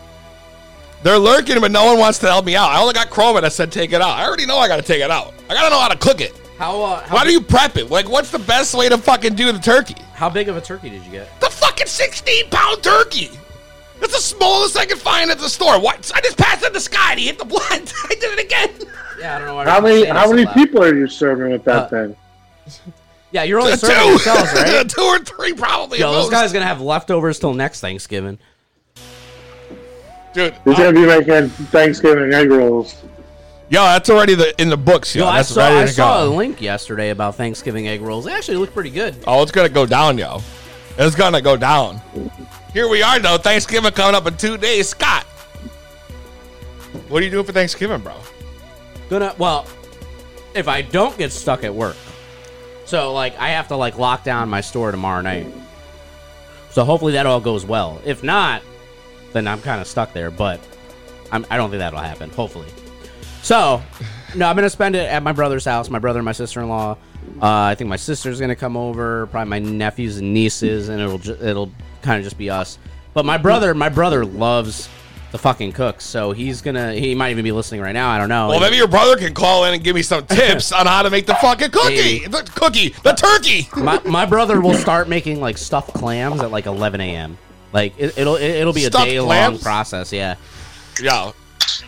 Speaker 4: they're lurking, but no one wants to help me out. I only got Chroma that said take it out. I already know I gotta take it out. I gotta know how to cook it.
Speaker 6: How uh, how,
Speaker 4: Why do you prep it? Like, what's the best way to fucking do the turkey?
Speaker 6: how big of a turkey did you get?
Speaker 4: The fucking 16 pound turkey. That's the smallest I can find at the store. What? I just passed it to Scott. and He hit the blunt. (laughs) I did it again.
Speaker 6: Yeah, I don't know. Why
Speaker 5: How
Speaker 6: I'm
Speaker 5: many
Speaker 6: saying
Speaker 5: how
Speaker 6: this
Speaker 5: many
Speaker 6: out loud.
Speaker 5: people are you serving with
Speaker 4: Uh,
Speaker 5: that thing?
Speaker 6: Yeah, you're
Speaker 4: (laughs)
Speaker 6: only
Speaker 4: Two.
Speaker 6: serving yourselves, right?
Speaker 4: Two or three probably.
Speaker 6: Yo,
Speaker 4: at
Speaker 6: those
Speaker 4: most.
Speaker 6: guys gonna have leftovers till next Thanksgiving.
Speaker 4: Dude.
Speaker 5: He's gonna be making Thanksgiving egg rolls.
Speaker 4: Yo, that's already the in the books. Yo,
Speaker 6: Yo,
Speaker 4: Oh,
Speaker 6: I
Speaker 4: that's
Speaker 6: saw I
Speaker 4: ready to
Speaker 6: saw a
Speaker 4: go.
Speaker 6: link yesterday about Thanksgiving egg rolls. They actually look pretty good.
Speaker 4: Oh, it's gonna go down, yo. It's gonna go down. Here we are though. Thanksgiving coming up in two days. Scott, what are you doing for Thanksgiving, bro?
Speaker 6: gonna well if i don't get stuck at work so like i have to like lock down my store tomorrow night so hopefully that all goes well if not then i'm kind of stuck there but I'm, i don't think that'll happen hopefully so no i'm gonna spend it at my brother's house my brother and my sister-in-law uh, i think my sister's gonna come over probably my nephews and nieces and it'll ju- it'll kind of just be us but my brother my brother loves the fucking cook so he's gonna he might even be listening right now i don't know
Speaker 4: Well, maybe your brother can call in and give me some tips on how to make the (laughs) fucking cookie,
Speaker 6: Maybe.
Speaker 4: the cookie, the turkey.
Speaker 6: my, my brother will start making like stuffed clams at like 11 a.m. Like it, it'll it, will be a
Speaker 4: Stuffed
Speaker 6: day long
Speaker 4: clams?
Speaker 6: process. Yeah,
Speaker 4: Yo,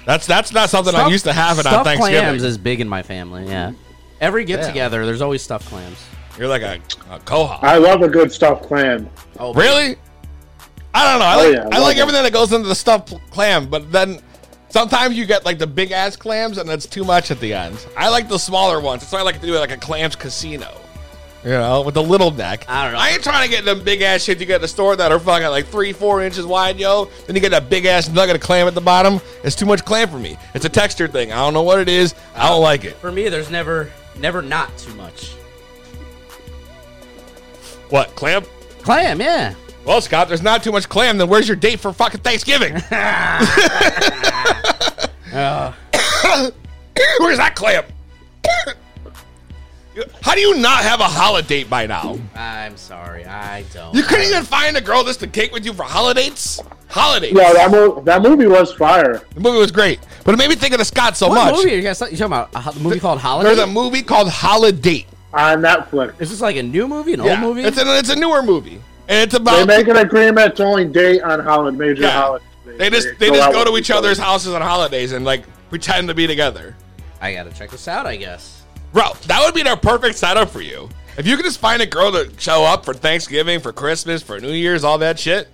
Speaker 4: that's that's not something I'm
Speaker 6: Stuffed-
Speaker 4: used to having on
Speaker 6: stuffed
Speaker 4: Thanksgiving.
Speaker 6: clams is big in my family. Yeah, every get together, there's always stuffed clams.
Speaker 4: You're like a, a cohort.
Speaker 5: I love a good stuffed clam.
Speaker 6: Oh,
Speaker 4: Really? I don't know. I
Speaker 5: Oh,
Speaker 4: like,
Speaker 5: yeah,
Speaker 4: I
Speaker 5: love
Speaker 4: like
Speaker 5: it.
Speaker 4: everything that goes into the stuffed clam, but then sometimes you get like the big ass clams, and that's too much at the end. I like the smaller ones. That's why I like to do it like a clams casino. You know, with the little neck.
Speaker 6: I don't know.
Speaker 4: I ain't trying to get them big ass shit you get at the store that are fucking like three, four inches wide, yo. Then you get that big ass nugget of clam at the bottom. It's too much clam for me. It's a texture thing. I don't know what it is. I don't like it.
Speaker 6: For me, there's never never not too much
Speaker 4: What clam?
Speaker 6: clam. Yeah,
Speaker 4: Well, Scott, there's not too much clam. Then where's your date for fucking
Speaker 6: (laughs)
Speaker 4: Thanksgiving? (coughs) where's that clam? (coughs) How do you not have a holiday by now?
Speaker 6: I'm sorry, I don't.
Speaker 4: You couldn't even find a girl just to cake with you for holidays. Holidays.
Speaker 5: Yeah, that, mo- that movie was fire.
Speaker 4: the movie was great, but it made me think of the Scott so
Speaker 6: what
Speaker 4: much.
Speaker 6: movie are you guys talking you talking about? A ho- the movie called Holiday.
Speaker 4: There's a movie called Holiday.
Speaker 5: on Netflix.
Speaker 6: Is this like a new movie, an
Speaker 4: Yeah,
Speaker 6: old movie?
Speaker 4: It's a it's a newer movie, and it's
Speaker 5: They
Speaker 4: about
Speaker 5: make an agreement to only date on holiday, major
Speaker 4: Yeah.
Speaker 5: holidays.
Speaker 4: they just they just
Speaker 5: out
Speaker 4: go to
Speaker 5: with
Speaker 4: each other's
Speaker 5: other.
Speaker 4: houses on holidays and like pretend to be together.
Speaker 6: I gotta check this out. I guess.
Speaker 4: Bro, that would be their perfect setup for you. If you could just find a girl to show up for Thanksgiving, for Christmas, for New Year's, all that shit,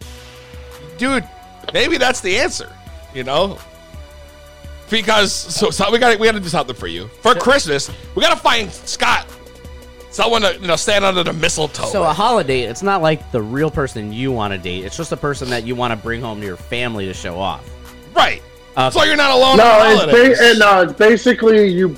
Speaker 4: dude, maybe that's the answer. You know, because so, so we got we got to do something for you for Christmas. We got to find Scott Someone to you know stand under the mistletoe.
Speaker 6: So uh, a holiday, it's not like the real person you want to date. It's just a person that you want to bring home to your family to show (laughs) off.
Speaker 4: right.
Speaker 6: Uh,
Speaker 4: so you're not alone.
Speaker 5: No,
Speaker 4: on
Speaker 5: it's
Speaker 4: holidays.
Speaker 5: ba- and, uh, it's basically you.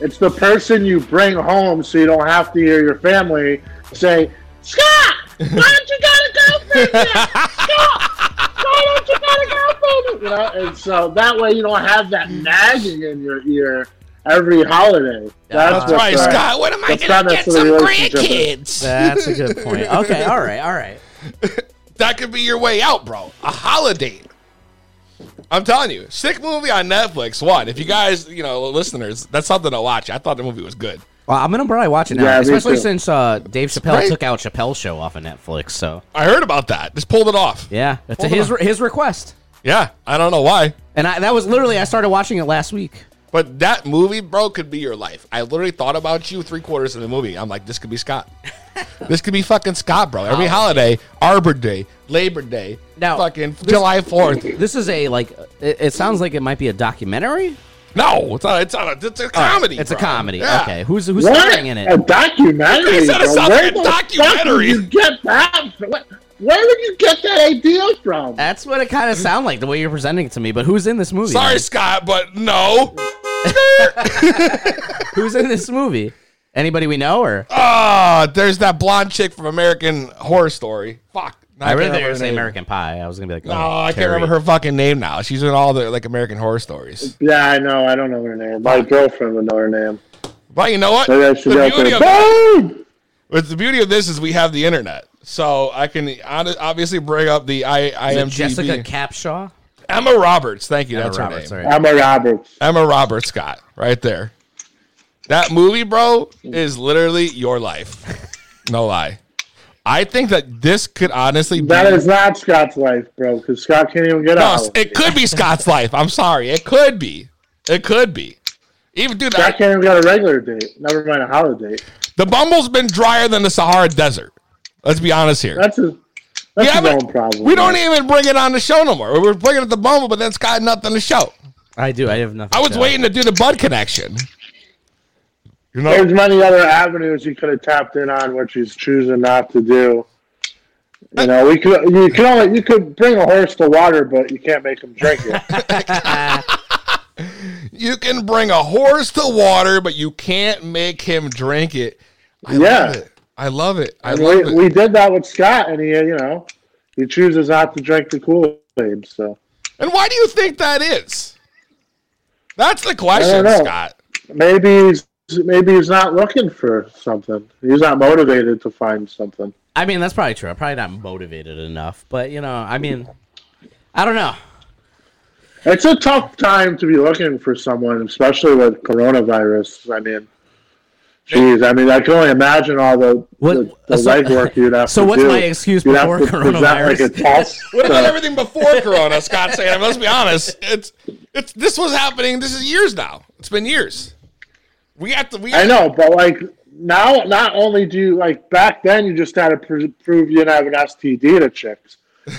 Speaker 5: It's the person you bring home, so you don't have to hear your family say, "Scott, why don't you got a girlfriend yet? Scott, why don't you got a girlfriend?" You know, and so that way you don't have that nagging in your ear every holiday. That's,
Speaker 4: That's right,
Speaker 5: what's, uh,
Speaker 4: Scott. When am I
Speaker 5: the
Speaker 4: gonna get
Speaker 5: premise of the
Speaker 4: some
Speaker 5: relationship is-
Speaker 4: grandkids?
Speaker 6: That's a good point. Okay, all right, all right.
Speaker 4: that could be your way out, bro. A holiday. I'm telling you, sick movie on Netflix. One, if you guys, you know, listeners, that's something to watch. I thought the movie was good.
Speaker 6: Well, I'm gonna probably watch it now,
Speaker 5: Yeah, me
Speaker 6: especially
Speaker 5: too.
Speaker 6: since uh, Dave Chappelle
Speaker 4: great.
Speaker 6: took out Chappelle's show off of Netflix. So
Speaker 4: I heard about that. Just pulled it off.
Speaker 6: yeah, to
Speaker 4: Hold
Speaker 6: his
Speaker 4: on.
Speaker 6: his request,
Speaker 4: Yeah, I don't know why,
Speaker 6: and I, that was literally I started watching it last week.
Speaker 4: but that movie, bro, could be your life. I literally thought about you three quarters of the movie. I'm like, this could be
Speaker 6: (laughs)
Speaker 4: Scott. this could be fucking Scott, bro. Every holiday, Arbor Day, Labor Day,
Speaker 6: Now,
Speaker 4: fucking July Fourth.
Speaker 6: This is a like. It, it sounds like it might be a documentary.
Speaker 4: No, it's not. It's not. A, it's a comedy.
Speaker 6: It's a
Speaker 4: bro.
Speaker 6: comedy.
Speaker 4: Yeah.
Speaker 6: Okay, who's who's
Speaker 5: What?
Speaker 6: starring in
Speaker 5: A
Speaker 6: it?
Speaker 5: documentary?
Speaker 4: You said it
Speaker 5: bro.
Speaker 4: sounds
Speaker 5: Where
Speaker 4: like a
Speaker 5: the fuck did
Speaker 4: documentary.
Speaker 5: you get that? from? What- Where did you get that idea from?
Speaker 6: That's what it kind of sound like the way you're presenting it to me. But who's in this movie?
Speaker 4: Sorry,
Speaker 6: man?
Speaker 4: Scott, but no.
Speaker 6: who's in this movie? Anybody we know or?
Speaker 4: Ah, there's that blonde chick from American Horror Story. Fuck. No,
Speaker 6: I really
Speaker 4: can't
Speaker 6: thought you were
Speaker 4: remember
Speaker 6: gonna
Speaker 4: her
Speaker 6: say
Speaker 4: name.
Speaker 6: American Pie. I was gonna be like,
Speaker 4: No,
Speaker 6: oh,
Speaker 4: I
Speaker 6: Terry.
Speaker 4: can't remember her fucking name now. She's in all the like American Horror Stories.
Speaker 5: Yeah, I know. I don't know her name. My girlfriend would know her name.
Speaker 4: But you know what?
Speaker 5: Maybe I
Speaker 4: The
Speaker 5: should go
Speaker 4: beauty,
Speaker 5: for
Speaker 4: of,
Speaker 5: Boom!
Speaker 4: but the beauty of this is we have the internet, so I can hon- obviously bring up the I
Speaker 6: Is it
Speaker 4: IMDb.
Speaker 6: Jessica Capshaw.
Speaker 4: Emma Roberts. Thank you. That's her
Speaker 6: Roberts,
Speaker 4: name.
Speaker 6: sorry.
Speaker 5: Emma Roberts.
Speaker 4: Emma Roberts Scott, right there. That movie, bro, is literally your life. No lie. I think that this could honestly be
Speaker 5: That is not Scott's life, bro, because Scott can't even get
Speaker 4: No,
Speaker 5: out.
Speaker 4: it could be Scott's life. I'm sorry. It could be. It could be. Even dude,
Speaker 5: Scott
Speaker 4: I-
Speaker 5: can't even get a regular date, never mind a holiday.
Speaker 4: the bumble's been drier than the Sahara Desert. Let's be honest here.
Speaker 5: That's his,
Speaker 4: We
Speaker 5: that's his
Speaker 4: haven't-
Speaker 5: own problem.
Speaker 4: we don't e-,
Speaker 5: man.
Speaker 4: even bring it on the show no more. We were bringing it the bumble, but then Scott had nothing to show.
Speaker 6: I do. I have nothing.
Speaker 4: I was
Speaker 6: to-
Speaker 4: waiting to do the Bud connection. You know,
Speaker 5: There's many other avenues you could have tapped in on, which he's choosing not to do. You know, we could you can only you could bring a horse to water, but you can't make him drink
Speaker 4: (laughs)
Speaker 5: it.
Speaker 4: you can bring a horse to water, but you can't make him drink it.
Speaker 5: yeah,
Speaker 4: I love it. I
Speaker 5: And
Speaker 4: love
Speaker 5: we,
Speaker 4: it.
Speaker 5: we did that with Scott, and he you know he chooses not to drink the Kool Aid. So
Speaker 4: and why do you think that is? That's the
Speaker 5: I don't
Speaker 4: question,
Speaker 5: know.
Speaker 4: Scott.
Speaker 5: maybe he's maybe he's not looking for something. He's not motivated to find something.
Speaker 6: I mean, that's probably true. I'm probably not motivated enough, but you know, I mean, I don't know.
Speaker 5: It's a tough time to be looking for someone, especially with coronavirus. I mean, jeez, I mean, I can only imagine all the
Speaker 6: What-
Speaker 5: the, the
Speaker 6: so-
Speaker 5: legwork you'd have.
Speaker 6: (laughs) so
Speaker 5: to
Speaker 6: what's
Speaker 5: do.
Speaker 6: my excuse
Speaker 5: You'd
Speaker 6: before
Speaker 5: have to present like a
Speaker 6: coronavirus?
Speaker 5: false-
Speaker 6: (laughs)
Speaker 4: What about everything before Corona, Scott? Saying, I mean, let's be honest, it's it's this was happening. This is years now. It's been years. We have to. We
Speaker 5: I know, but like now, not only do you like back then, you just had to pr- prove you didn't have an STD to chicks.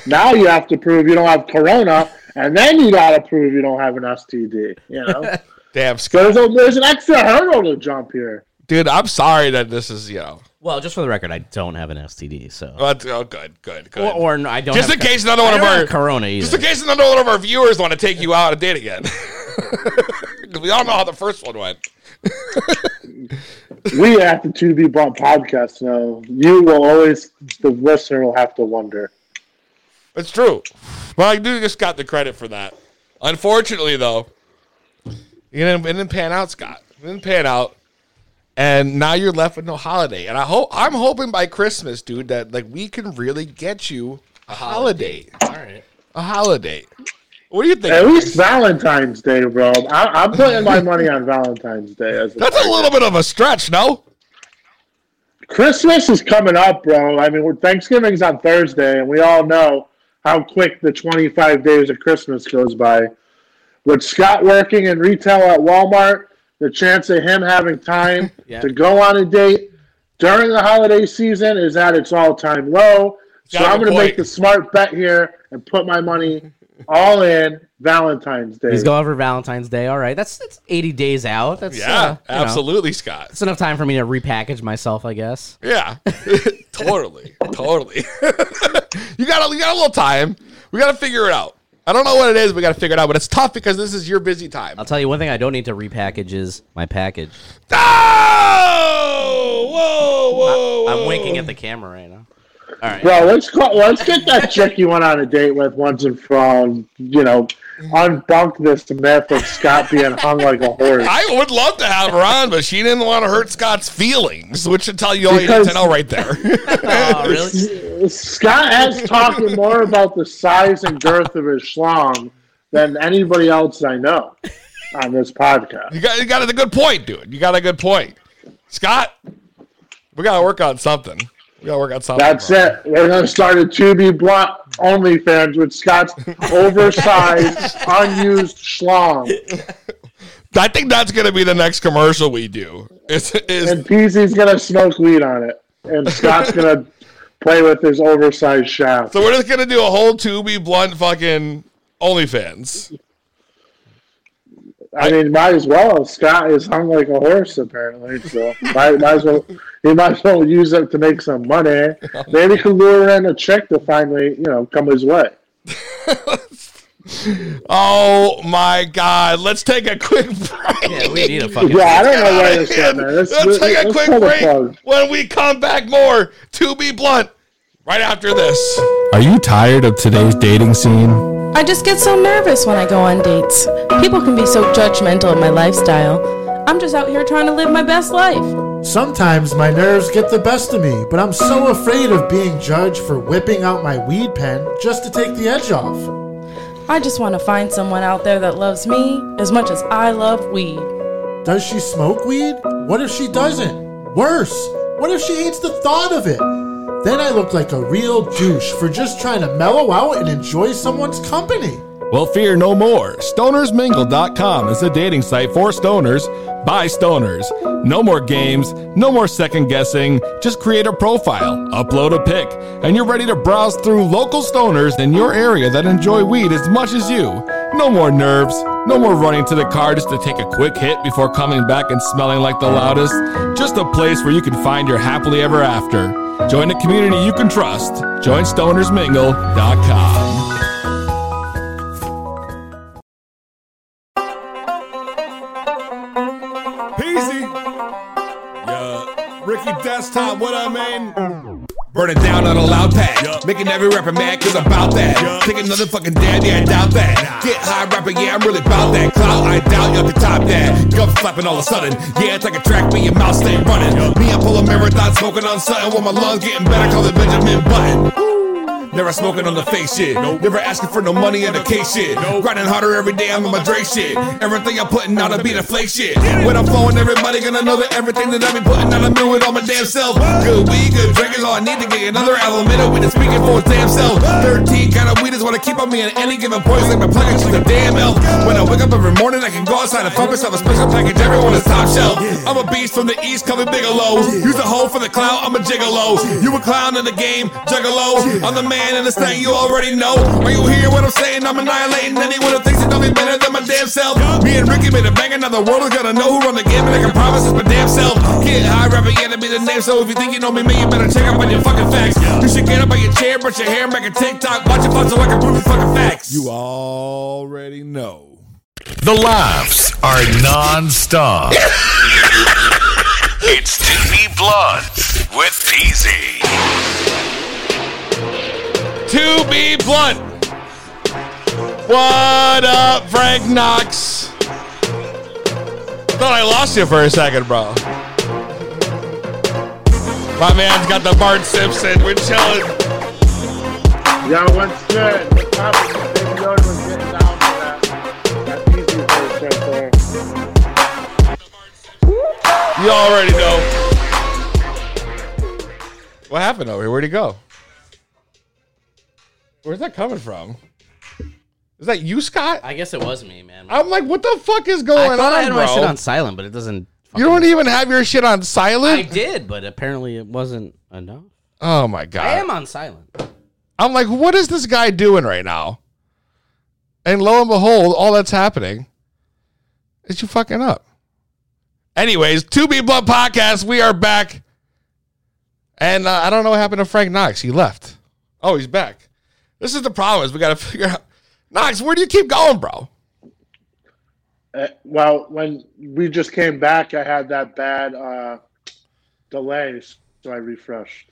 Speaker 5: Now you have to prove you don't have corona, and then you got to prove you don't have an STD. You know,
Speaker 4: Damn, Scott,
Speaker 5: there's a, there's an extra hurdle to jump here.
Speaker 4: dude. I'm sorry that this is you know.
Speaker 6: Well, just for the record, I don't have an STD, so
Speaker 4: but- oh, good, good, good.
Speaker 6: or, or no, I don't.
Speaker 4: Just
Speaker 6: have
Speaker 4: in case another one
Speaker 6: I
Speaker 4: of
Speaker 6: don't
Speaker 4: our-
Speaker 6: have corona either.
Speaker 4: Just in case another one of our viewers want to take you out on a date again. (laughs) 'Cause we all know how the first one went.
Speaker 5: We at the Two to Be Blunt podcast know you will always the listener will have to wonder.
Speaker 4: It's true. But I do just got the credit for that. Unfortunately, though, it didn't, it didn't pan out, Scott. It didn't pan out, and now you're left with no holiday. And I hope I'm hoping by Christmas, dude, that like we can really get you a holiday,
Speaker 6: All right.
Speaker 4: a holiday. What do you think?
Speaker 5: At least Valentine's Day, bro. I, I'm putting my money on Valentine's Day. As a
Speaker 4: That's a little bit of a stretch, no?
Speaker 5: Christmas is coming up, bro. I mean, we're, Thanksgiving's on Thursday, and we all know how quick the 25 days of Christmas goes by. With Scott working in retail at Walmart, the chance of him having time
Speaker 6: Yeah.
Speaker 5: to go on a date during the holiday season is at its all time low. So
Speaker 4: Got a
Speaker 5: I'm going to
Speaker 4: point.
Speaker 5: make the smart bet here and put my money all in Valentine's Day.
Speaker 6: He's going for Valentine's Day. All right, that's that's 80 days out. That's
Speaker 3: Yeah,
Speaker 6: uh, you know,
Speaker 3: absolutely, Scott.
Speaker 6: It's enough time for me to repackage myself, I guess.
Speaker 3: Yeah, (laughs) totally, totally. (laughs) you got a, you got a little time. We got to figure it out. I don't know what it is. We got to figure it out, but it's tough because this is your busy time.
Speaker 6: I'll tell you one thing I don't need to repackage is my package.
Speaker 3: Oh! Whoa! Whoa! whoa.
Speaker 4: Oh.
Speaker 6: I'm winking at the camera right now. All right.
Speaker 5: Bro, let's call, let's get that chick you went on a date with once and for all, and you know, unbunk this myth of Scott being hung like a horse.
Speaker 3: I would love to have her on, but she didn't want to hurt Scott's feelings, which should tell you all you
Speaker 5: Because-
Speaker 3: need to know right there.
Speaker 6: (laughs)
Speaker 3: (laughs)
Speaker 6: Oh, really?
Speaker 5: Scott has talked more about the size and girth of his schlong than anybody else I know on this podcast.
Speaker 3: you got you got a good point, dude. You got a good point, Scott. We gotta work on something. We gotta work on something.
Speaker 5: That's
Speaker 3: bro.
Speaker 5: it. We're gonna start a to be blunt OnlyFans with Scott's oversized, unused schlong,
Speaker 3: I think that's gonna be the next commercial we do. Is
Speaker 5: and
Speaker 3: is
Speaker 5: PZ's gonna smoke weed on it, and Scott's gonna play with his oversized shaft.
Speaker 3: so we're just gonna do a whole Tubi blunt fucking OnlyFans.
Speaker 5: I mean, might as well. Scott is hung like a horse, apparently. So might, might as well. He might as well use it to make
Speaker 3: (laughs)
Speaker 5: some money. Maybe he could lure in a chick to finally, you know, come his way.
Speaker 3: Oh my god! Let's take a quick (laughs) break.
Speaker 6: Yeah,
Speaker 3: (laughs)
Speaker 6: we need a fucking.
Speaker 5: Yeah, I don't know where
Speaker 3: Outta
Speaker 5: this
Speaker 3: here.
Speaker 5: went, man.
Speaker 3: Let's
Speaker 5: Let's,
Speaker 3: take a
Speaker 5: let's
Speaker 3: quick
Speaker 5: pull the
Speaker 3: break
Speaker 5: plug.
Speaker 3: when we come back more to be blunt right after this.
Speaker 8: Are you tired of today's dating scene?
Speaker 9: I just get so nervous when I go on dates. People can be so judgmental of my lifestyle. I'm just out here trying to live my best life.
Speaker 10: Sometimes my nerves get the best of me, but I'm so afraid of being judged for whipping out my weed pen just to take the edge off.
Speaker 9: I just want to find someone out there that loves me as much as I love weed.
Speaker 10: Does she smoke weed? What if she doesn't? Worse, what if she hates the thought of it? Then I look like a real douche for just trying to mellow out and enjoy someone's company.
Speaker 4: (laughs)
Speaker 8: Well, fear no more. StonersMingle.com is a dating site for stoners by stoners. No more games, no more second guessing. Just create a profile, upload a pic, and you're ready to browse through local stoners in your area that enjoy weed as much as you. No more nerves, no more running to the car just to take a quick hit before coming back and smelling like the loudest. Just a place where you can find your happily ever after. Join a community you can trust. Join StonersMingle.com.
Speaker 4: Peasy. Yeah. Ricky Desktop, what I mean? Burn it down on a loud pack. Making every rapper mad cause I'm about that. Take another fucking dab, yeah, I doubt that. Get high rapper, yeah, I'm really about that. Clout, I doubt y'all can top that. Gum flapping all of a sudden. Yeah, it's like a track, but your mouth stay running. Me, I pull a marathon, smoking on something. While my lungs getting better, call it Benjamin Button. Never smoking on the fake shit. Never asking for no money on the case shit. Grinding harder every day, I'm on my Drake shit. Everything I'm putting out, I be the flake shit. When I'm flowing, everybody gonna know that everything that I be putting out, I'm doing with all my damn self. Good weed, good drink is all I need to get another element of weed and speaking for its damn self. 13 kind of weed is what I keep on me at any given point. It's like my plug, she's a damn elf. When I wake up every morning, I can go outside and find myself a special package. Everyone is top shelf. I'm a beast from the east, coming bigelows. Use a hoe for the clown, I'm a gigolo. You a clown in the game, juggalo. I'm the man in the state, you already know. Are you hear what I'm saying? I'm annihilating anyone who thinks they know me better than my damn self. Me and Ricky made a banger, now the world is gonna know who run the game, and I can promise it's my damn self. Get high, rapper, yeah, to be the name. So if you think you know me, man, you better check up on your fucking facts. You should get up on your chair, brush your hair, make a TikTok, watch it fun so I can prove the fucking facts. You already know.
Speaker 8: The laughs are nonstop.
Speaker 4: (laughs) It's Disney Blonde with Peasy.
Speaker 3: To be blunt. What up, Frank Knox? Thought I lost you for a second, bro. My man's got the Bart Simpson. We're chilling.
Speaker 5: Yo, what's good? What's up? Big Yoda was getting down for that. That easy place right there.
Speaker 3: You already know. What happened over here? Where'd he go? Where's that coming from? Is that you, Scott?
Speaker 6: I guess it was me, man. I,
Speaker 3: I'm like, what the fuck is going
Speaker 6: thought I
Speaker 3: on,
Speaker 6: had
Speaker 3: bro?
Speaker 6: my shit on silent, but it doesn't.
Speaker 3: you don't even have your shit on silent.
Speaker 6: I did, but apparently it wasn't enough.
Speaker 3: Oh my god.
Speaker 6: I am on silent.
Speaker 3: I'm like, what is this guy doing right now?
Speaker 4: And lo and behold, all that's happening is you fucking up. Anyways, Two Be Blood podcast. We are back, and uh, I don't know what happened to Frank Knox. He left. Oh, he's back. This is the problem. Is we got to (laughs) figure out Knox. Where do you keep going, bro?
Speaker 5: Uh, well, when we just came back, I had that bad uh, delay, so I refreshed.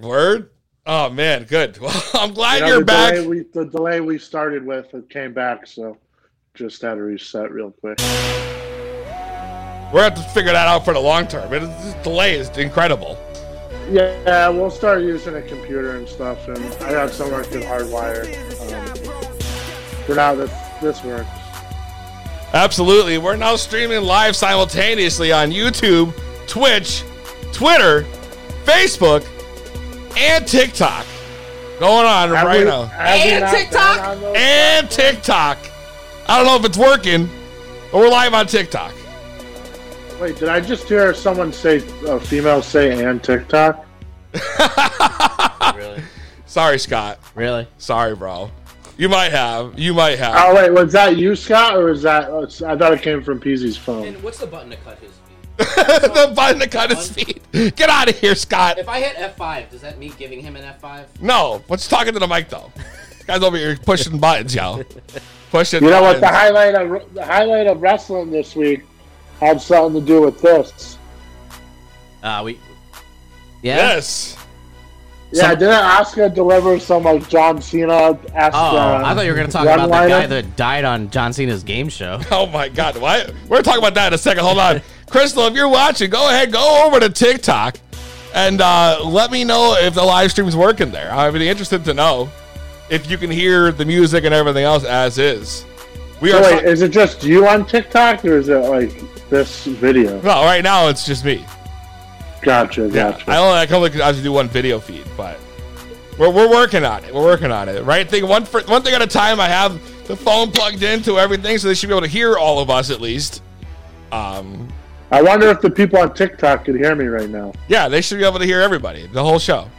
Speaker 4: Word. Oh man, good. (laughs) Well, I'm glad
Speaker 5: You know,
Speaker 4: you're
Speaker 5: the
Speaker 4: back.
Speaker 5: Delay we, the delay we started with it came back, so just had to reset real quick.
Speaker 4: We're gonna have to figure that out for the long term. It, this delay is incredible.
Speaker 5: Yeah, we'll start using a computer and stuff, and I got some work in hardwire. Um, for now, this this works.
Speaker 4: Absolutely. We're now streaming live simultaneously on YouTube, Twitch, Twitter, Facebook, and TikTok. Going on
Speaker 11: Have
Speaker 4: right
Speaker 11: we-
Speaker 4: now.
Speaker 11: have we And not been TikTok? on those
Speaker 4: And TikTok. I don't know if it's working, but we're live on TikTok.
Speaker 5: Wait, did I just hear someone say a female say and TikTok?
Speaker 4: Sorry, Scott.
Speaker 6: Really?
Speaker 4: Sorry, bro. You might have. You
Speaker 11: (laughs)
Speaker 4: might have. (laughs)
Speaker 5: Oh wait, was that you, Scott, or was that? oh, I thought it came from Peasy's phone.
Speaker 6: What's the button to cut his?
Speaker 4: the button to cut his feet. Get out of here, Scott.
Speaker 6: If I hit F5, does that mean giving him an F5?
Speaker 4: No, what's talking to the mic though? Guys over here pushing buttons, yo. Pushing.
Speaker 5: You know what? The
Speaker 4: buttons.
Speaker 5: highlight of the highlight of wrestling this week had something to do with this.
Speaker 6: Uh, we. Yeah.
Speaker 4: Yes.
Speaker 5: Yeah, didn't Oscar deliver some like John Cena? Ask,
Speaker 6: Oh,
Speaker 5: uh,
Speaker 6: I thought you were going to talk about the
Speaker 5: one-liner?
Speaker 6: guy that died on John Cena's game show.
Speaker 4: Oh my God! Why? We're talking about that in a second. Hold on, Crystal. If you're watching, go ahead, go over to TikTok, and uh, let me know if the live stream's working there. I'd be interested to know if you can hear the music and everything else as is. We
Speaker 5: So
Speaker 4: are.
Speaker 5: wait, is it just you on TikTok, or is it like this video?
Speaker 4: no, right now it's just me.
Speaker 5: Gotcha, gotcha.
Speaker 4: I only I can only I can do one video feed, but we're, we're working on it. We're working on it. Right thing one for, one thing at a time. I have the phone plugged into everything, so they should be able to hear all of us at least. Um,
Speaker 5: I wonder if the people on TikTok could hear me right now.
Speaker 4: yeah, they should be able to hear everybody, the whole show.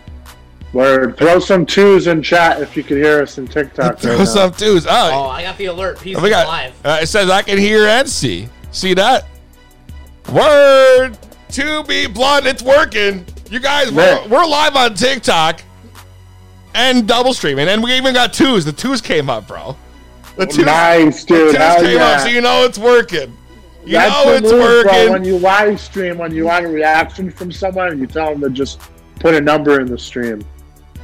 Speaker 5: Word. Throw some twos in chat if you could hear us in TikTok. right now.
Speaker 4: What's up, dudes?
Speaker 6: (laughs) Oh,
Speaker 4: Oh,
Speaker 6: I got the alert. He's
Speaker 4: we got.
Speaker 6: live.
Speaker 4: Uh, it says I can hear and see. See that? Word to be blunt. It's working. You guys, we're,
Speaker 5: Man.
Speaker 4: we're live on TikTok and double streaming, and we even got twos. The twos came up, bro. The twos,
Speaker 5: Nice,
Speaker 4: the
Speaker 5: dude.
Speaker 4: twos
Speaker 5: Hell
Speaker 4: came
Speaker 5: yeah.
Speaker 4: up, so you know it's working. You
Speaker 5: That's
Speaker 4: know
Speaker 5: the
Speaker 4: it's
Speaker 5: move, bro.
Speaker 4: working.
Speaker 5: When you live stream, when you want a reaction from someone, you tell them to just put a number in the stream.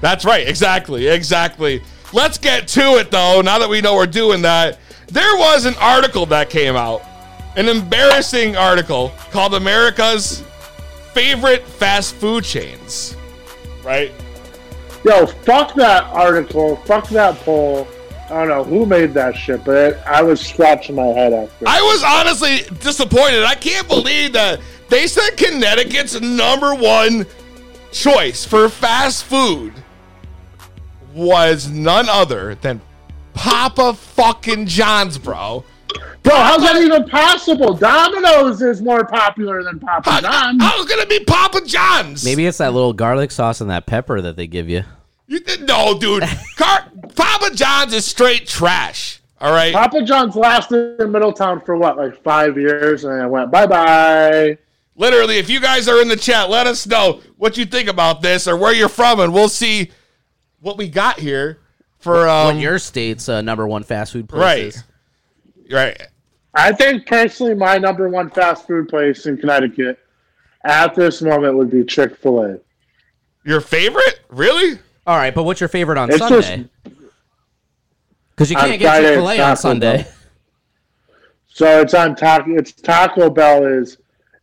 Speaker 4: That's right. Exactly. Exactly. Let's get to it, though, now that we know we're doing that. There was an article that came out, an embarrassing article called America's Favorite Fast Food Chains. Right?
Speaker 5: Yo, fuck that article. Fuck that poll. I don't know who made that shit, but it, I was scratching my head after.
Speaker 4: I was honestly disappointed. I can't believe that they said Connecticut's number one choice for fast food was none other than Papa fucking John's, bro.
Speaker 5: Bro, how's that even possible? Domino's is more popular than Papa John's.
Speaker 4: I was gonna be Papa John's.
Speaker 6: Maybe it's that little garlic sauce and that pepper that they give you.
Speaker 4: You did- no, dude. Car- Papa John's is straight trash. All right.
Speaker 5: Papa John's lasted in Middletown for what, like five years, and I went bye bye.
Speaker 4: Literally, if you guys are in the chat, let us know what you think about this or where you're from, and we'll see what we got here for
Speaker 6: What
Speaker 4: um,
Speaker 6: your state's uh, number one fast food place
Speaker 4: Right.
Speaker 6: is.
Speaker 4: right.
Speaker 5: I think personally, my number one fast food place in Connecticut at this moment would be Chick Fil A.
Speaker 4: Your favorite? Really?
Speaker 6: All right, but what's your favorite on
Speaker 5: It's just-
Speaker 6: Sunday? Because you
Speaker 5: On
Speaker 6: can't get
Speaker 5: Friday,
Speaker 6: Chick Fil A
Speaker 5: Taco
Speaker 6: on Sunday.
Speaker 5: Bell. So it's on Taco. It's Taco Bell is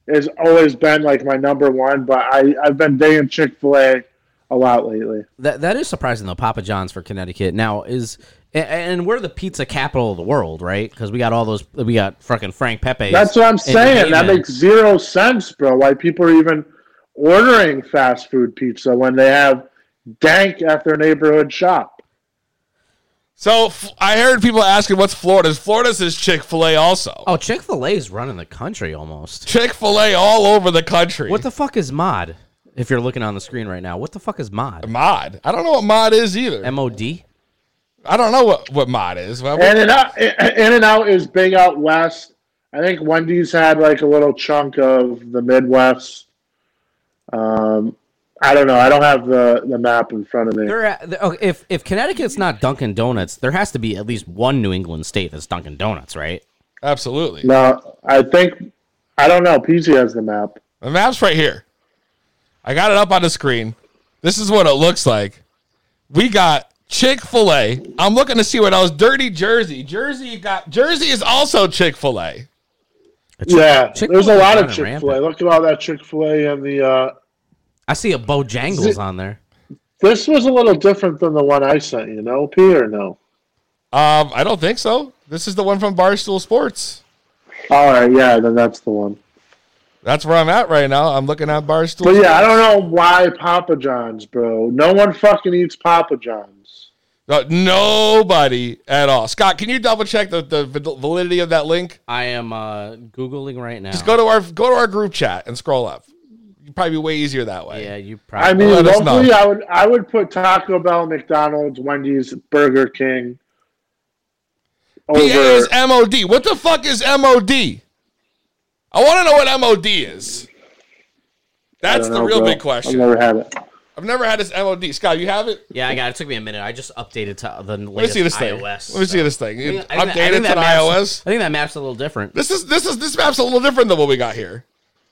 Speaker 5: is always been like my number one, but I I've been digging Chick Fil A a lot lately.
Speaker 6: That that is surprising though. Papa John's for Connecticut now is, a- and we're the pizza capital of the world, right? Because we got all those. We got fucking Frank Pepe.
Speaker 5: That's what I'm saying. That makes zero sense, bro. Why people are even ordering fast food pizza when they have dank at their neighborhood shop?
Speaker 4: So f- I heard people asking, "What's Florida's?" Florida's is Chick Fil A, also.
Speaker 6: Oh, Chick Fil A's running the country almost.
Speaker 4: Chick Fil A all over the country.
Speaker 6: What the fuck is mod? If you're looking on the screen right now, what the fuck is mod?
Speaker 4: mod? I don't know what mod is either.
Speaker 6: M O D.
Speaker 4: I don't know what, what mod is. Well,
Speaker 5: In and out, In and Out is big out west. I think Wendy's had like a little chunk of the Midwest. Um, I don't know. I don't have the, the map in front of me.
Speaker 6: There are- there- okay, if if Connecticut's not Dunkin' Donuts, there has to be at least one New England state that's Dunkin' Donuts, right?
Speaker 4: Absolutely.
Speaker 5: No, I think I don't know. PG has the map.
Speaker 4: The map's right here. I got it up on the screen. This is what it looks like. We got Chick fil A. I'm looking to see what else. Dirty Jersey. Jersey got Jersey is also Chick fil A.
Speaker 5: yeah, there's a lot of Chick Fil A. Look at all that Chick Fil A and the. Uh,
Speaker 6: I see a Bojangles
Speaker 5: Zip.
Speaker 6: on there.
Speaker 5: this was a little different than the one I sent you, no, P or no?
Speaker 4: Um, I don't think so. This is the one from Barstool Sports.
Speaker 5: All right, yeah, then that's the one.
Speaker 4: That's where I'm at right now. I'm looking at Barstool.
Speaker 5: But yeah, I don't know why Papa John's, bro. No one fucking eats Papa John's.
Speaker 4: don't. Uh, nobody at all. Scott, can you double check the, the val- validity of that link?
Speaker 6: I am uh, googling right now.
Speaker 4: Just go to our go to our group chat and scroll up. You probably be way easier that way. Yeah,
Speaker 6: you
Speaker 5: I mean, locally, I would I would put Taco Bell, McDonald's, Wendy's, Burger King.
Speaker 4: PA is MOD. What the fuck is MOD? I want to know what MOD is. That's
Speaker 6: don't
Speaker 4: the
Speaker 6: know,
Speaker 4: real
Speaker 6: bro.
Speaker 4: big question.
Speaker 6: I've never
Speaker 5: had it.
Speaker 4: I've never had this MOD. Scott, you have it?
Speaker 6: Yeah, I got it. It took me a minute. I just updated to the latest
Speaker 4: Let me see this thing.
Speaker 6: iOS.
Speaker 4: Let me see this
Speaker 6: I
Speaker 4: thing.
Speaker 6: think- I think- I think
Speaker 4: Updated to
Speaker 6: that map's-
Speaker 4: iOS.
Speaker 6: I think that map's a little different.
Speaker 4: This is this is this map's a little different than what we got here.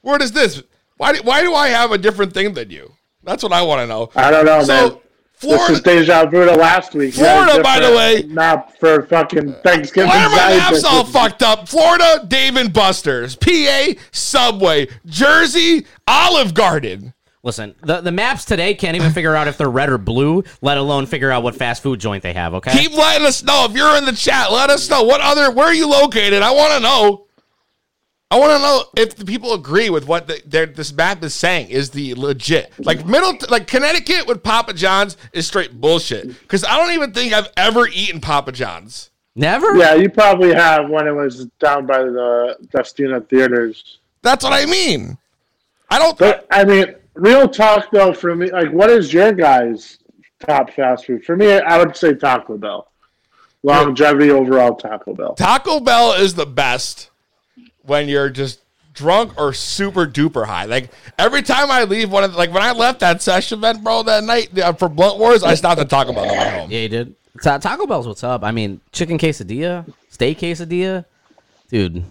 Speaker 4: Where does this? Why do, why do I have a different thing than you? That's what I want to know.
Speaker 5: I don't know,
Speaker 4: So,
Speaker 5: man.
Speaker 4: Florida-
Speaker 5: this is deja vu to last week. You had
Speaker 4: Florida,
Speaker 5: a
Speaker 4: by the
Speaker 5: different map for fucking Thanksgiving.
Speaker 4: Why are my
Speaker 5: side
Speaker 4: maps all
Speaker 5: dishes.
Speaker 4: fucked up? Florida, Dave and Buster's, PA, Subway, Jersey, Olive Garden.
Speaker 6: Listen, the, the maps today can't even figure out if they're red or blue, let alone figure out what fast food joint they have, okay?
Speaker 4: Keep letting us know if you're in the chat. Let us know what other where are you located. I want to know. I want to know if the people agree with what the, their, this map is saying is the legit. Like middle, like Connecticut with Papa John's is straight bullshit. Because I don't even think I've ever eaten Papa John's.
Speaker 6: Never.
Speaker 5: Yeah, you probably have when it was down by the Destina theaters.
Speaker 4: That's what I mean. I don't.
Speaker 5: But I mean, real talk though, for me, like, what is your guys' top fast food? For me, I would say Taco Bell. Longevity overall, Taco Bell.
Speaker 4: Taco Bell is the best when you're just drunk or super duper high. Like every time I leave one of the, like when I left that session event, bro, that night uh, for Blunt Wars, I stopped at Taco Bell on the way home.
Speaker 6: Yeah, you did. Ta- Taco Bell's what's up. I mean, chicken quesadilla, steak quesadilla. Dude.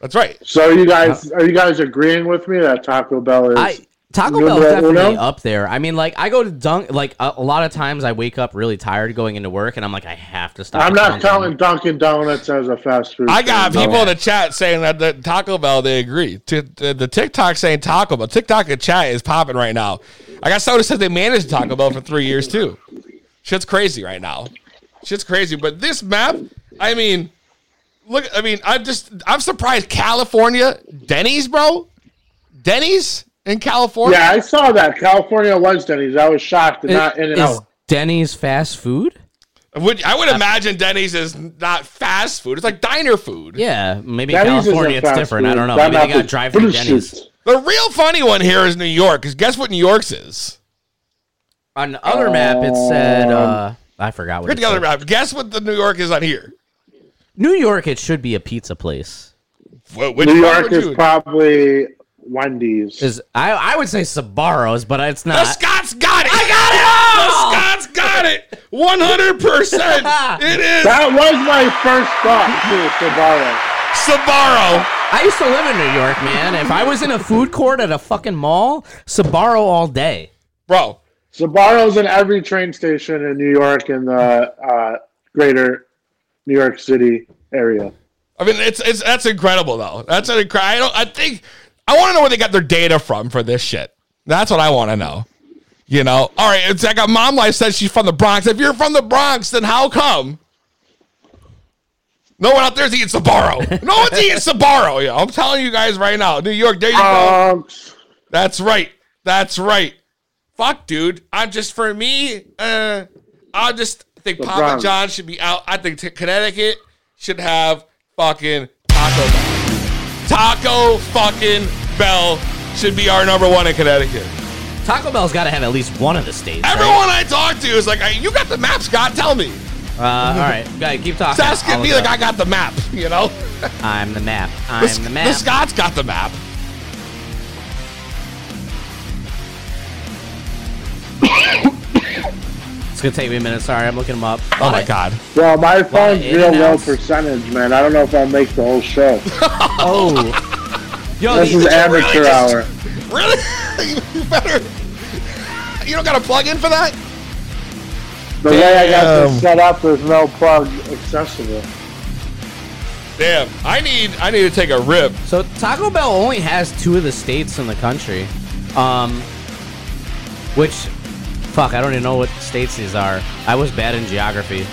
Speaker 4: That's right.
Speaker 5: So you guys, are you guys agreeing with me that Taco Bell is
Speaker 6: I Taco
Speaker 5: numero
Speaker 6: Bell's definitely
Speaker 5: uno?
Speaker 6: up there. I mean, like I go to Dunk. Like a, a lot of times, I wake up really tired going into work, and I'm like, I have to stop.
Speaker 5: I'm
Speaker 6: at
Speaker 5: not
Speaker 6: Dunkin'.
Speaker 5: counting Dunkin' Donuts as a fast food.
Speaker 4: I got
Speaker 5: chain,
Speaker 4: people
Speaker 5: though.
Speaker 4: in the chat saying that the Taco Bell they agree. To the, the TikTok saying Taco Bell, TikTok in chat is popping right now. I got someone who says they managed Taco Bell for three years too. Shit's crazy right now. Shit's crazy. But this map, I mean, look. I mean, I'm just I'm surprised California Denny's, bro. Denny's in California.
Speaker 5: Yeah, I saw that California was Denny's. I was shocked and
Speaker 6: Is-
Speaker 5: not in and
Speaker 6: is
Speaker 5: out.
Speaker 6: Denny's fast food?
Speaker 4: Would I would imagine Denny's is not fast food. It's like diner food.
Speaker 6: Yeah, maybe in California it's different. I don't know. maybe they got drive-through Denny's.
Speaker 4: The real funny one here is New York. Because guess what New York's is?
Speaker 6: On the other map, it said uh, I forgot what.
Speaker 4: Forget
Speaker 6: it
Speaker 4: the other
Speaker 6: said.
Speaker 4: map. Guess what the New York is on here.
Speaker 6: New York, it should be a pizza place.
Speaker 4: Wh- which
Speaker 5: New
Speaker 4: one
Speaker 5: York
Speaker 4: would
Speaker 5: is
Speaker 4: you-
Speaker 5: probably Wendy's.
Speaker 6: Is I I would say Sabaros, but it's
Speaker 4: The
Speaker 6: not.
Speaker 4: Scots got it. I got it. The Scots got (laughs) it. One hundred (laughs) percent. It is
Speaker 5: That was my first thought too, Sabaro.
Speaker 4: Sabaro.
Speaker 6: I used to live in New York, man. If I was in a food court at a fucking mall, Sabaro all day.
Speaker 4: Bro,
Speaker 5: Sabaro's in every train station in New York in the uh, greater New York City area.
Speaker 4: I mean, it's it's that's incredible though. That's an incredible. I don't. I think I want to know where they got their data from for this shit. That's what I want to know. You know. All right. It's like a mom life says she's from the Bronx. If you're from the Bronx, then how come? No one out there's eating Sabaro. No one's eating Sabaro. Yo, I'm telling you guys right now, New York. There you go.
Speaker 5: Um,
Speaker 4: That's right. That's right. Fuck, dude. I'm just for me. Uh, I just think
Speaker 12: The
Speaker 4: Papa
Speaker 12: Bronx.
Speaker 4: John should be out. I think t- Connecticut should have fucking Taco Bell. Taco fucking Bell should be our number one in Connecticut.
Speaker 6: Taco Bell's got to have at least one of the states. right?
Speaker 4: Everyone I talk to is like, "Hey, "You got the maps, Scott? Tell me."
Speaker 6: Uh, all right, guy, keep talking.
Speaker 4: Scott's
Speaker 6: I'll
Speaker 4: gonna be
Speaker 6: look
Speaker 4: like,
Speaker 6: it
Speaker 4: I
Speaker 6: up.
Speaker 4: got the map, you know?
Speaker 6: I'm the map.
Speaker 4: The
Speaker 6: I'm
Speaker 4: Sc-
Speaker 6: the map.
Speaker 4: The Scott's got the map.
Speaker 6: It's gonna take me a minute. Sorry, I'm looking him up.
Speaker 4: Oh my god.
Speaker 5: Well, my phone's
Speaker 6: in
Speaker 5: real
Speaker 6: and
Speaker 5: low
Speaker 6: out.
Speaker 5: percentage, man. I don't know if I'll make the whole show.
Speaker 6: (laughs) oh.
Speaker 4: (laughs)
Speaker 6: Yo,
Speaker 5: this
Speaker 4: you-
Speaker 5: is
Speaker 4: you really
Speaker 5: amateur
Speaker 4: just-
Speaker 5: hour.
Speaker 4: Really? (laughs) you better. You don't got a plug in for that?
Speaker 5: The way I got
Speaker 13: Damn.
Speaker 5: this set up, there's no plug accessible.
Speaker 4: Damn. I need I need to take a rip.
Speaker 6: So Taco Bell only has two of the states in the country, um, which, fuck, I don't even know what states these are. I was bad in geography.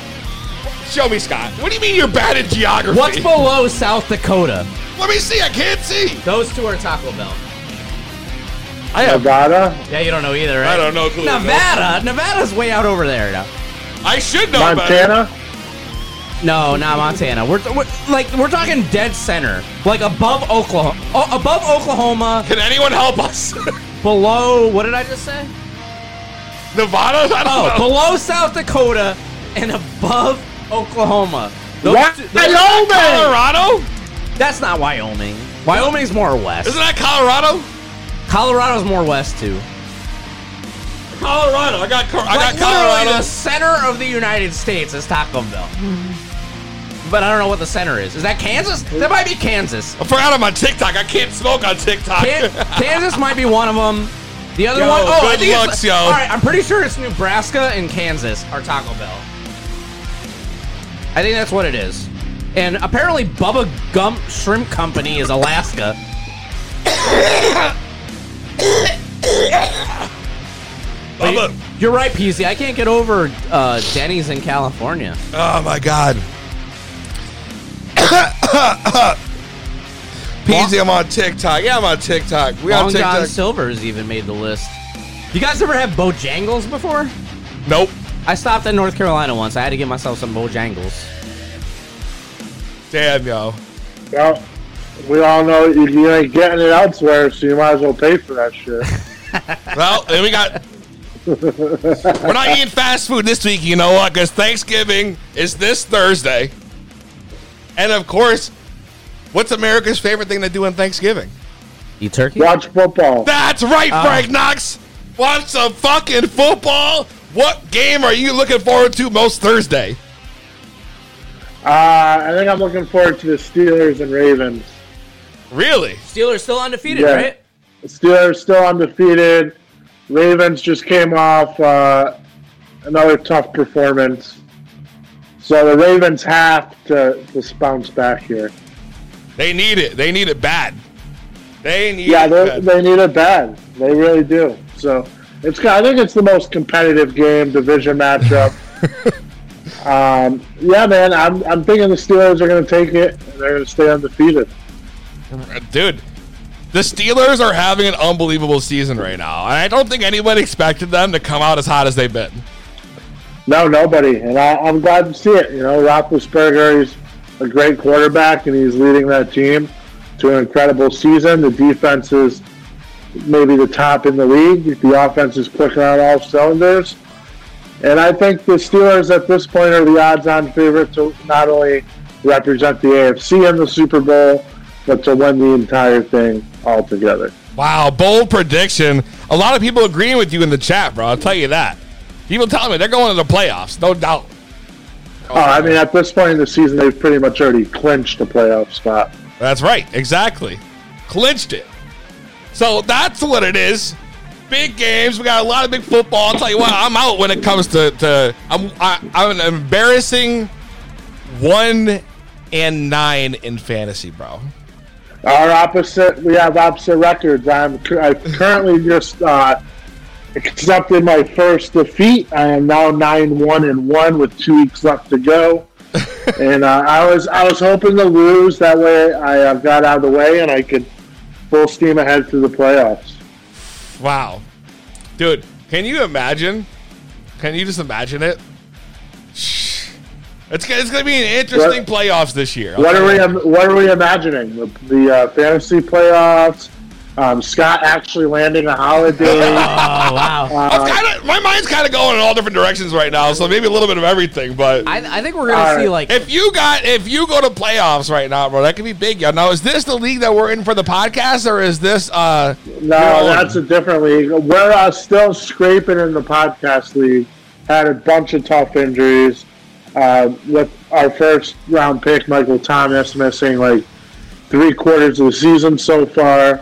Speaker 4: Show me, Scott. What do you mean you're bad at geography?
Speaker 6: What's below South Dakota?
Speaker 4: Let me see. I can't see.
Speaker 6: Those two are Taco Bell.
Speaker 4: I have.
Speaker 5: Nevada,
Speaker 6: Yeah, you don't know either, right?
Speaker 4: I don't know. a Clue
Speaker 6: Nevada. Nevada's way out over there now.
Speaker 4: I should know better.
Speaker 5: Montana.
Speaker 6: No, not Montana. We're, we're like we're talking dead center, like above Oklahoma, oh, above Oklahoma,
Speaker 4: Can anyone help us? (laughs)
Speaker 6: below. What did I just say?
Speaker 4: Nevada? I don't
Speaker 6: Oh,
Speaker 4: know.
Speaker 6: below South Dakota and above Oklahoma. Those
Speaker 5: What?
Speaker 6: two- those-
Speaker 5: Wyoming!
Speaker 4: Colorado?
Speaker 6: that's not Wyoming. Wyoming's more west.
Speaker 4: Isn't that Colorado?
Speaker 6: Colorado's more west too.
Speaker 4: Colorado. I got Cor- I
Speaker 6: Like,
Speaker 4: got
Speaker 6: literally
Speaker 4: Colorado.
Speaker 6: the center of the United States is Taco Bell. But I don't know what the center is. Is that Kansas? That might be Kansas.
Speaker 4: I forgot I'm on TikTok. I can't smoke on TikTok.
Speaker 6: Kan- Kansas might be one of them. The other
Speaker 4: Yo,
Speaker 6: one, oh, I
Speaker 4: good
Speaker 6: think it's-
Speaker 4: looks, yo.
Speaker 6: All right, I'm pretty sure it's Nebraska and Kansas are Taco Bell. I think that's what it is. And apparently, Bubba Gump Shrimp Company is Alaska. But
Speaker 4: Bubba.
Speaker 6: you- You're right, PZ. I can't get over uh, Denny's in California.
Speaker 13: Oh my god. (coughs)
Speaker 4: PZ, I'm on TikTok. Yeah, I'm on TikTok. We on
Speaker 6: Long John
Speaker 4: TikTok.
Speaker 6: Silver's even made the list. You guys ever have Bojangles before?
Speaker 4: Nope.
Speaker 6: I stopped in North Carolina once. I had to get myself some Bojangles.
Speaker 4: Damn, yo.
Speaker 5: Well, we all know you, you ain't getting it elsewhere, so you might as well pay for that shit.
Speaker 4: Well, then we got. We're not eating fast food this week, you know what? Because Thanksgiving is this Thursday. And of course, what's America's favorite thing to do on Thanksgiving?
Speaker 6: Eat turkey?
Speaker 5: Watch football.
Speaker 4: That's right,
Speaker 13: Ah.
Speaker 6: Oh.
Speaker 4: Frank Knox. Watch some fucking football. What game are you looking forward to most Thursday?
Speaker 5: Uh, I think I'm looking forward to the Steelers and Ravens.
Speaker 4: Really?
Speaker 6: Steelers still undefeated,
Speaker 5: Yeah.
Speaker 6: right?
Speaker 5: The Steelers still undefeated. Ravens just came off uh, another tough performance. So the Ravens have to just bounce back here.
Speaker 4: They need it. They need it bad. They need
Speaker 5: Yeah,
Speaker 4: it
Speaker 5: they,
Speaker 4: bad.
Speaker 5: they need it bad. They really do. So it's I think it's the most competitive game division matchup. um, yeah, man, I'm, I'm thinking the Steelers are going to take it. And they're going to stay undefeated.
Speaker 4: Dude, the Steelers are having an unbelievable season right now. And I don't think anybody expected them to come out as hot as they've been.
Speaker 5: No, nobody, and I, I'm glad to see it. You know, Roethlisberger, he's a great quarterback, and he's leading that team to an incredible season. The defense is maybe the top in the league. The offense is clicking on all cylinders, and I think the Steelers at this point are the odds-on favorite to not only represent the AFC in the Super Bowl, but to win the entire thing altogether.
Speaker 4: Wow, bold prediction. A lot of people agreeing with you in the chat, bro. I'll tell you that. People tell me they're going to the playoffs, no doubt.
Speaker 5: Oh, I mean, at this point in the season, they've pretty much already clinched the playoff spot.
Speaker 4: That's right, exactly. Clinched it. So that's what it is. Big games. We got a lot of big football. I'll tell you what, I'm out when it comes to. to I'm I, I'm an embarrassing one and nine in fantasy, bro.
Speaker 5: Our opposite, we have opposite records. I'm cur- I currently just uh, accepted my first defeat. I am now nine one and one with two weeks left to go. and uh, I was I was hoping to lose that way. I uh, got out of the way and I could full steam ahead to the playoffs.
Speaker 4: Wow, dude, can you imagine? Can you just imagine it? It's gonna, it's gonna be an interesting
Speaker 5: What-
Speaker 4: playoffs this year.
Speaker 5: What are we What are we imagining? The, the uh, fantasy playoffs, Um, Scott actually landing a holiday.
Speaker 6: oh wow!
Speaker 3: my mind's kind of going in all different directions right now, so maybe a little bit of everything. But
Speaker 6: I, I think we're gonna see like
Speaker 3: if you got if you go to playoffs right now, bro, that could be big. Yo. Now, is this the league that we're in for the podcast, or is this uh
Speaker 5: No, that's a different league. We're uh, still scraping in the podcast league. Had a bunch of tough injuries. Uh, with our first round pick, Michael Thomas, missing like three quarters of the season so far.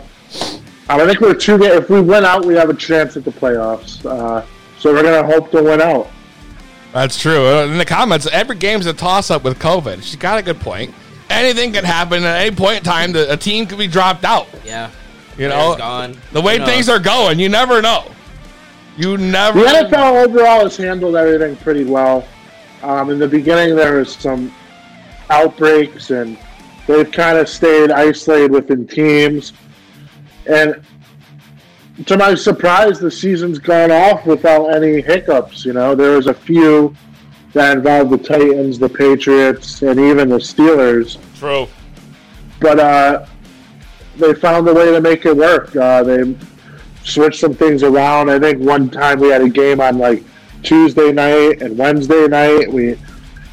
Speaker 5: Um, I think we're two. ga- If we win out, we have a chance at the playoffs. Uh, so we're gonna hope to win out.
Speaker 4: That's true. Uh, In the comments, every game's a toss up with COVID. She's got a good point. Anything can happen at any point in time. The, a team could be dropped out.
Speaker 6: yeah,
Speaker 4: You know,
Speaker 6: Player's gone.
Speaker 4: the way
Speaker 6: Who knows?
Speaker 4: things are going, you never know. You
Speaker 5: The
Speaker 4: never.
Speaker 5: NFL overall has handled everything pretty well. Um, in the beginning, there was some outbreaks, and they've kind of stayed isolated within teams. And to my surprise, the season's gone off without any hiccups. You know, there was a few that involved the Titans, the Patriots, and even the Steelers
Speaker 3: True.
Speaker 5: but uh, they found a way to make it work. Uh, they switched some things around. I think one time we had a game on like Tuesday night and Wednesday night. We,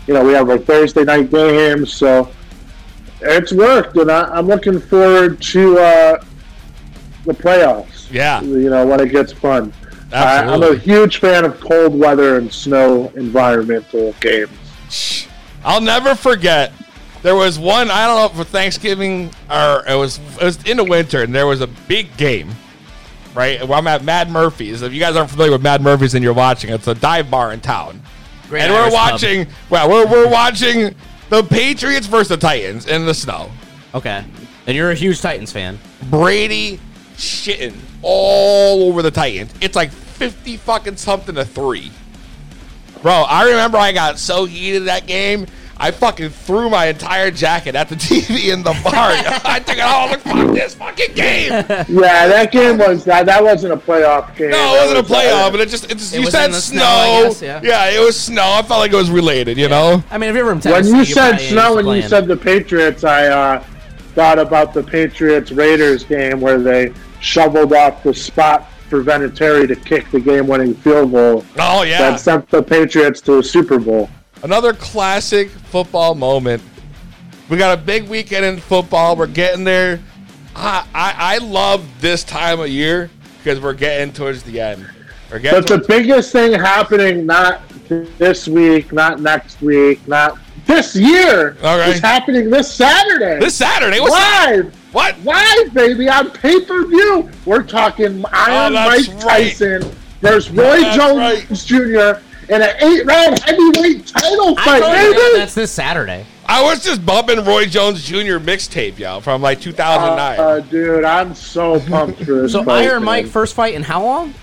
Speaker 5: you know, we have our Thursday night games, so it's worked, and I, I'm looking forward to uh, the playoffs.
Speaker 4: Yeah,
Speaker 5: you know when it gets fun. I, I'm
Speaker 4: Absolutely.
Speaker 5: a huge fan of cold weather and snow environmental
Speaker 4: (laughs)
Speaker 5: games.
Speaker 4: I'll never forget. There was one I don't know for Thanksgiving or it was it was in the winter and there was a big game, right? Well, I'm at Mad Murphy's. If you guys aren't familiar with Mad Murphy's and you're watching, it's a dive bar in town,
Speaker 6: Great
Speaker 4: and
Speaker 6: Irish
Speaker 4: we're
Speaker 6: pub.
Speaker 4: watching. Well, we're we're watching the Patriots versus the Titans in the snow.
Speaker 6: okay, and you're a huge Titans fan.
Speaker 4: Brady shitting all over the Titans. It's like 50 fucking something to three. Bro, I remember I got so heated that game. I fucking threw my entire jacket at the TV in the
Speaker 10: (laughs)
Speaker 4: bar. I took it all. Like, fuck this fucking game. No, it
Speaker 5: Yeah, that game was that. That wasn't a playoff game. That
Speaker 4: wasn't a
Speaker 5: was, uh,
Speaker 4: playoff, but it just, it just
Speaker 6: It
Speaker 4: you
Speaker 6: was
Speaker 4: said
Speaker 6: in the
Speaker 4: snow.
Speaker 6: snow, I guess, yeah.
Speaker 4: it was snow. I felt like it was related, you know?
Speaker 6: I mean, if you're from
Speaker 5: when
Speaker 6: Tennessee,
Speaker 5: you said snow
Speaker 6: probably used
Speaker 5: and
Speaker 6: to
Speaker 5: you
Speaker 6: playing-
Speaker 5: said the Patriots, I uh, thought about the Patriots Raiders game where they shoveled off the spot for Vinatieri to kick the game winning field goal
Speaker 4: Oh, yeah.
Speaker 5: that sent the Patriots to a Super Bowl.
Speaker 4: Another classic football moment. We got a big weekend in football. We're getting there. I I, I love this time of year because we're getting towards the end. We're getting
Speaker 5: But the biggest thing happening not this week, not next week, not this year
Speaker 4: All right.
Speaker 5: is happening this Saturday.
Speaker 4: This Saturday? What's that?
Speaker 5: live.
Speaker 4: What?
Speaker 5: Live, baby, on pay per view. We're talking
Speaker 4: Oh,
Speaker 5: Iron
Speaker 4: that's
Speaker 5: Mike
Speaker 4: right.
Speaker 5: Tyson versus Roy
Speaker 4: That's
Speaker 5: Jones
Speaker 4: right.
Speaker 5: Jr. in an eight round heavyweight title
Speaker 6: I
Speaker 5: fight,
Speaker 6: totally forgot
Speaker 5: baby.
Speaker 6: that's this Saturday.
Speaker 4: I was just bumping Roy Jones Jr. mixtape, y'all, from like 2009.
Speaker 5: Uh, dude, I'm so pumped for this.
Speaker 6: So
Speaker 5: fight,
Speaker 6: Iron
Speaker 5: man.
Speaker 6: Mike first fight in how long?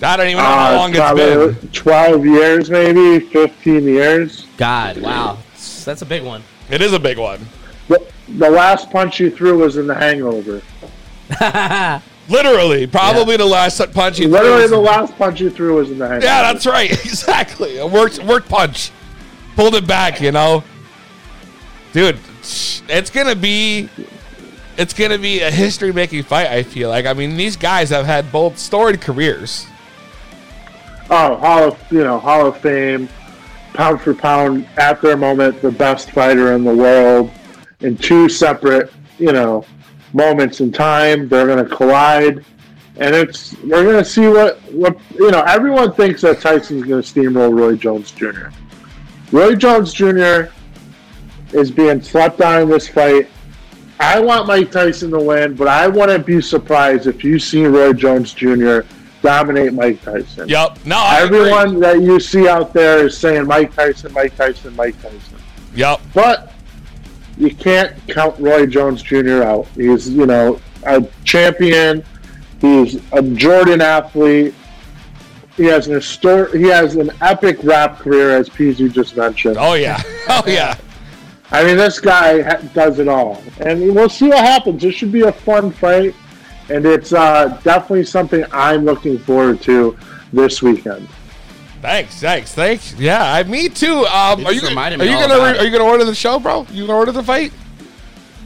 Speaker 4: I don't even know
Speaker 5: Uh,
Speaker 4: how
Speaker 5: it's
Speaker 4: long it's
Speaker 5: probably
Speaker 4: been.
Speaker 5: 12 years, maybe 15 years.
Speaker 6: God, wow, that's a big one.
Speaker 4: It is a big one.
Speaker 5: The, the last punch he threw was in the hangover.
Speaker 4: Literally, probably the last punch he
Speaker 5: Literally,
Speaker 4: threw.
Speaker 5: the last punch he threw was in the hangover.
Speaker 4: Yeah, that's right. (laughs) Exactly. A worked worked punch. Pulled it back, you know. Dude, it's gonna be it's gonna be a history making fight, I feel like. I mean, these guys have had both storied careers.
Speaker 5: Oh, Hall of you know Hall of Fame, pound for pound at their moment, the best fighter in the world, in two separate you know moments in time. They're going to collide, and it's we're going to see what what you know. Everyone thinks that Tyson's going to steamroll Roy Jones Jr. Roy Jones Jr. is being slept on in this fight. I want Mike Tyson to win, but I wouldn't be surprised if you see Roy Jones Jr. dominate Mike Tyson.
Speaker 4: Yep. No, I agree.
Speaker 5: Everyone that you see out there is saying Mike Tyson, Mike Tyson, Mike Tyson.
Speaker 4: Yep.
Speaker 5: But you can't count Roy Jones Jr. out. He's, you know, a champion. He's a Jordan athlete. He has an histor- he has an epic rap career as PZ just mentioned.
Speaker 4: Oh yeah. (laughs) Oh yeah.
Speaker 5: I mean, this guy ha- does it all, and we'll see what happens. This should be a fun fight, and it's uh, definitely something I'm looking forward to this weekend.
Speaker 4: Thanks, thanks, thanks. Yeah, I me too. Um,
Speaker 6: You
Speaker 4: are
Speaker 6: just
Speaker 4: you gonna,
Speaker 6: reminded
Speaker 4: are
Speaker 6: me
Speaker 4: you
Speaker 6: all
Speaker 4: gonna
Speaker 6: about
Speaker 4: re-
Speaker 6: it.
Speaker 4: are you gonna order the show, bro? You gonna order the fight?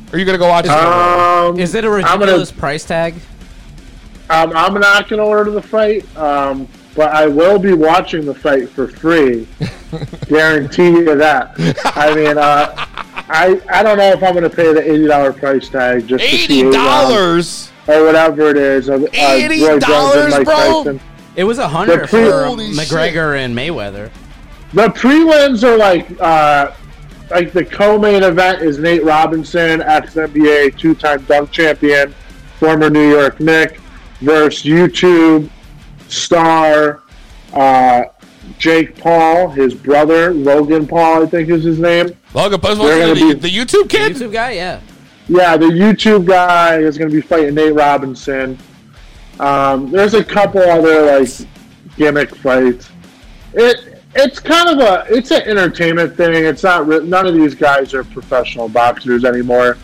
Speaker 4: Or are you gonna go watch? it?
Speaker 5: Um,
Speaker 6: Is it a
Speaker 5: I'm gonna-
Speaker 6: ridiculous price tag?
Speaker 5: Um, I'm not going to order the fight, um, but I will be watching the fight for free. Guarantee you that. I mean, uh, I I don't know if I'm going to pay the eighty dollar price tag just to see eight
Speaker 4: $80?
Speaker 5: or whatever it is. uh, Of,
Speaker 4: $80, bro?
Speaker 6: It was a
Speaker 5: The
Speaker 6: hundred for
Speaker 5: pre- Holy
Speaker 6: McGregor and Mayweather.
Speaker 5: The prelims are like uh, like the co-main event is Nate Robinson, ex-NBA two-time dunk champion, former New York Knick, versus YouTube star uh, Jake Paul, his brother Logan Paul, I think is his name.
Speaker 4: Logan Paul,
Speaker 5: They're
Speaker 4: the,
Speaker 5: gonna
Speaker 4: the YouTube kid.
Speaker 6: YouTube guy, yeah.
Speaker 5: Yeah, the YouTube guy is going to be fighting Nate Robinson. Um, there's a couple other like gimmick fights. It it's kind of a it's an entertainment thing. It's not re- none of these guys are professional boxers anymore.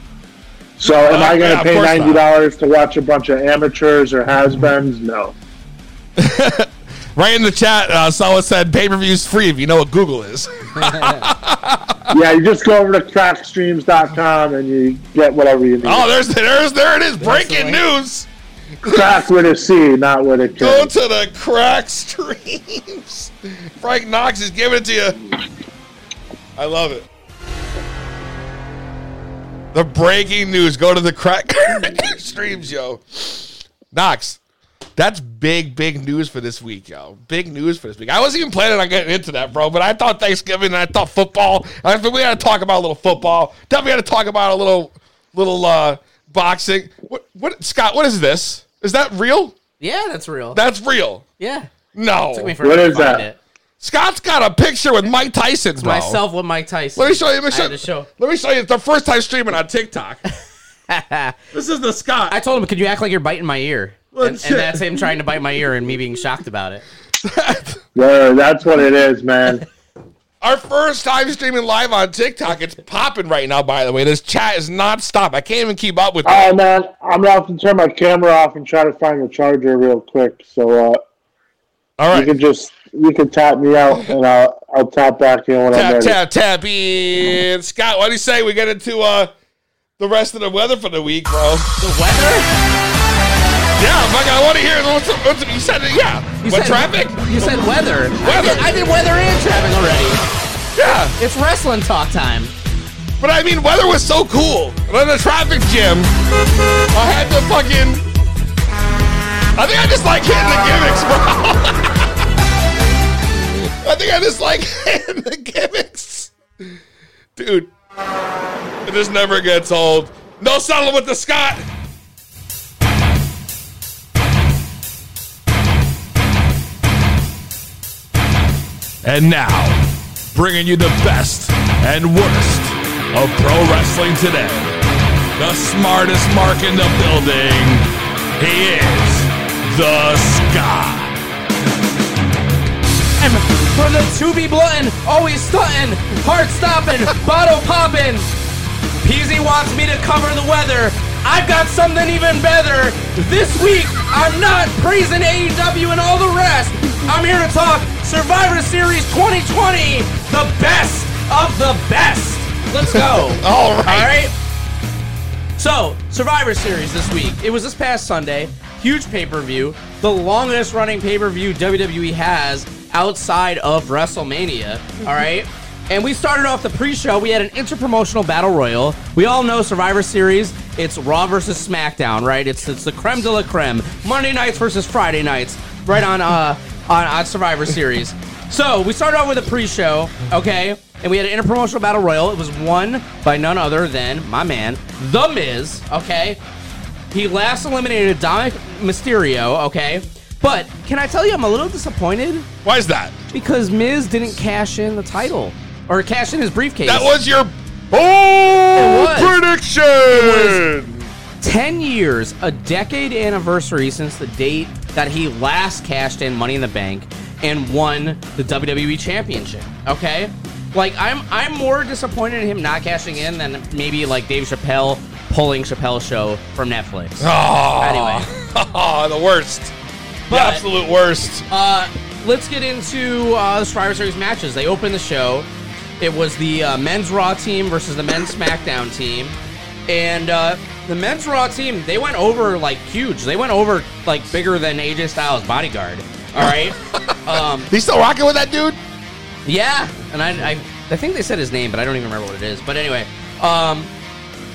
Speaker 5: So am
Speaker 4: Uh,
Speaker 5: I going
Speaker 4: yeah,
Speaker 5: to
Speaker 4: of
Speaker 5: pay
Speaker 4: course not.
Speaker 5: ninety dollars to watch a bunch of amateurs or has-beens? No.
Speaker 4: Right in the chat, uh, someone said pay per views free if you know what Google is. (laughs)
Speaker 5: Yeah, you just go over to crackstreams.com and you get whatever you need.
Speaker 4: oh, there's there's there it is. Breaking news.
Speaker 5: crack with a C, not with a K.
Speaker 4: Go to the crack (laughs) streams. Frank Knox is giving it to you. I love it. The breaking news. Go to the crack (laughs) streams, yo. Knox, that's big, big news for this week, yo. Big news for this week. I wasn't even planning on getting into that, bro, but I thought Thanksgiving and I thought football. I thought we got to talk about a little football. Then we got to talk about a little, little uh, boxing. What, what, Scott? What is this? Is that real?
Speaker 6: Yeah, that's real.
Speaker 4: That's real.
Speaker 6: yeah.
Speaker 4: No.
Speaker 6: Took me forever to find it.
Speaker 4: Scott's got a picture with Mike Tyson,
Speaker 6: It's
Speaker 4: bro.
Speaker 6: myself with Mike Tyson.
Speaker 4: Let me show you. Let me
Speaker 6: I
Speaker 4: show,
Speaker 6: had to show.
Speaker 4: let me show you. It's the first time streaming on
Speaker 6: (laughs)
Speaker 4: TikTok. this is the Scott.
Speaker 6: I told him, "Could you act like you're biting my ear?" And,
Speaker 4: Let's-
Speaker 6: and that's him trying to bite my ear and me being shocked about it.
Speaker 5: Yeah, that's what it is, man.
Speaker 4: Our first time streaming live on TikTok. It's popping right now, by the way. This chat is not stop. I can't even keep up with it.
Speaker 5: Oh man, I'm gonna have to turn my camera off and try to find the charger real quick. So, uh,
Speaker 4: all right,
Speaker 5: you can just you can tap me out, and I'll I'll tap back in when I'm
Speaker 4: Tap,
Speaker 5: ready.
Speaker 4: tap, tap in. Scott, what do you say we get into uh, the rest of the weather for the week, bro?
Speaker 6: The weather?
Speaker 4: Yeah, fuck, I want to hear what's, what's, you said it, yeah.
Speaker 6: You
Speaker 4: what
Speaker 6: said-
Speaker 4: traffic?
Speaker 6: You said weather. I
Speaker 4: Weather.
Speaker 6: did, I did weather and traffic already.
Speaker 4: Yeah.
Speaker 6: It's wrestling talk time.
Speaker 4: But I mean, weather was so cool. We're in the traffic jam. I had to fucking. I think I just like hitting the gimmicks, bro. (laughs) I think I just like hitting the gimmicks. Dude, it just never gets old. No settling with the Scott.
Speaker 3: And now, bringing you the best and worst of pro wrestling today. The smartest mark in the building. He is the Scott.
Speaker 6: And from the to be bluntin', always stuntin', heart stoppin', bottle poppin'. PZ wants me to cover the weather. I've got something even better. This week, I'm not praising AEW and all the rest. I'm here to talk Survivor Series 2020, the best of the best. Let's go.
Speaker 4: (laughs) All right.
Speaker 6: All right. So, Survivor Series this week. It was this past Sunday. Huge pay per view. The longest running pay per view WWE E has outside of WrestleMania. All right. And we started off the pre show. We had an interpromotional battle royal. We all know Survivor Series. It's Raw versus SmackDown, right? It's it's the creme de la creme. Monday nights versus Friday nights, right on uh on, on Survivor Series. So we started off with a pre-show, okay, and we had an interpromotional battle royal. It was won by none other than my man, The Miz, okay. He last eliminated Dominic Mysterio, okay. But can I tell you, I'm a little disappointed
Speaker 4: Why is that?
Speaker 6: because Miz didn't cash in the title or cash in his briefcase.
Speaker 4: That was your
Speaker 6: was.
Speaker 4: bold prediction.
Speaker 6: 10 years, a decade anniversary since the date that he last cashed in Money in the Bank and won the WWE Championship. Okay? Like I'm I'm more disappointed in him not cashing in than maybe like Dave Chappelle pulling Chappelle's show from Netflix.
Speaker 4: Oh.
Speaker 6: Anyway.
Speaker 4: Oh, the worst. The
Speaker 6: But-
Speaker 4: absolute worst.
Speaker 6: Uh, let's get into uh, the Survivor Series matches. They opened the show. It was the uh, men's Raw team versus the men's SmackDown team. And uh, the men's Raw team, they went over like huge. They went over like bigger than AJ Styles' bodyguard. All right. um,
Speaker 13: He's still rocking with that dude?
Speaker 6: yeah, and I, I, I think they said his name, but I don't even remember what it is. But anyway, um,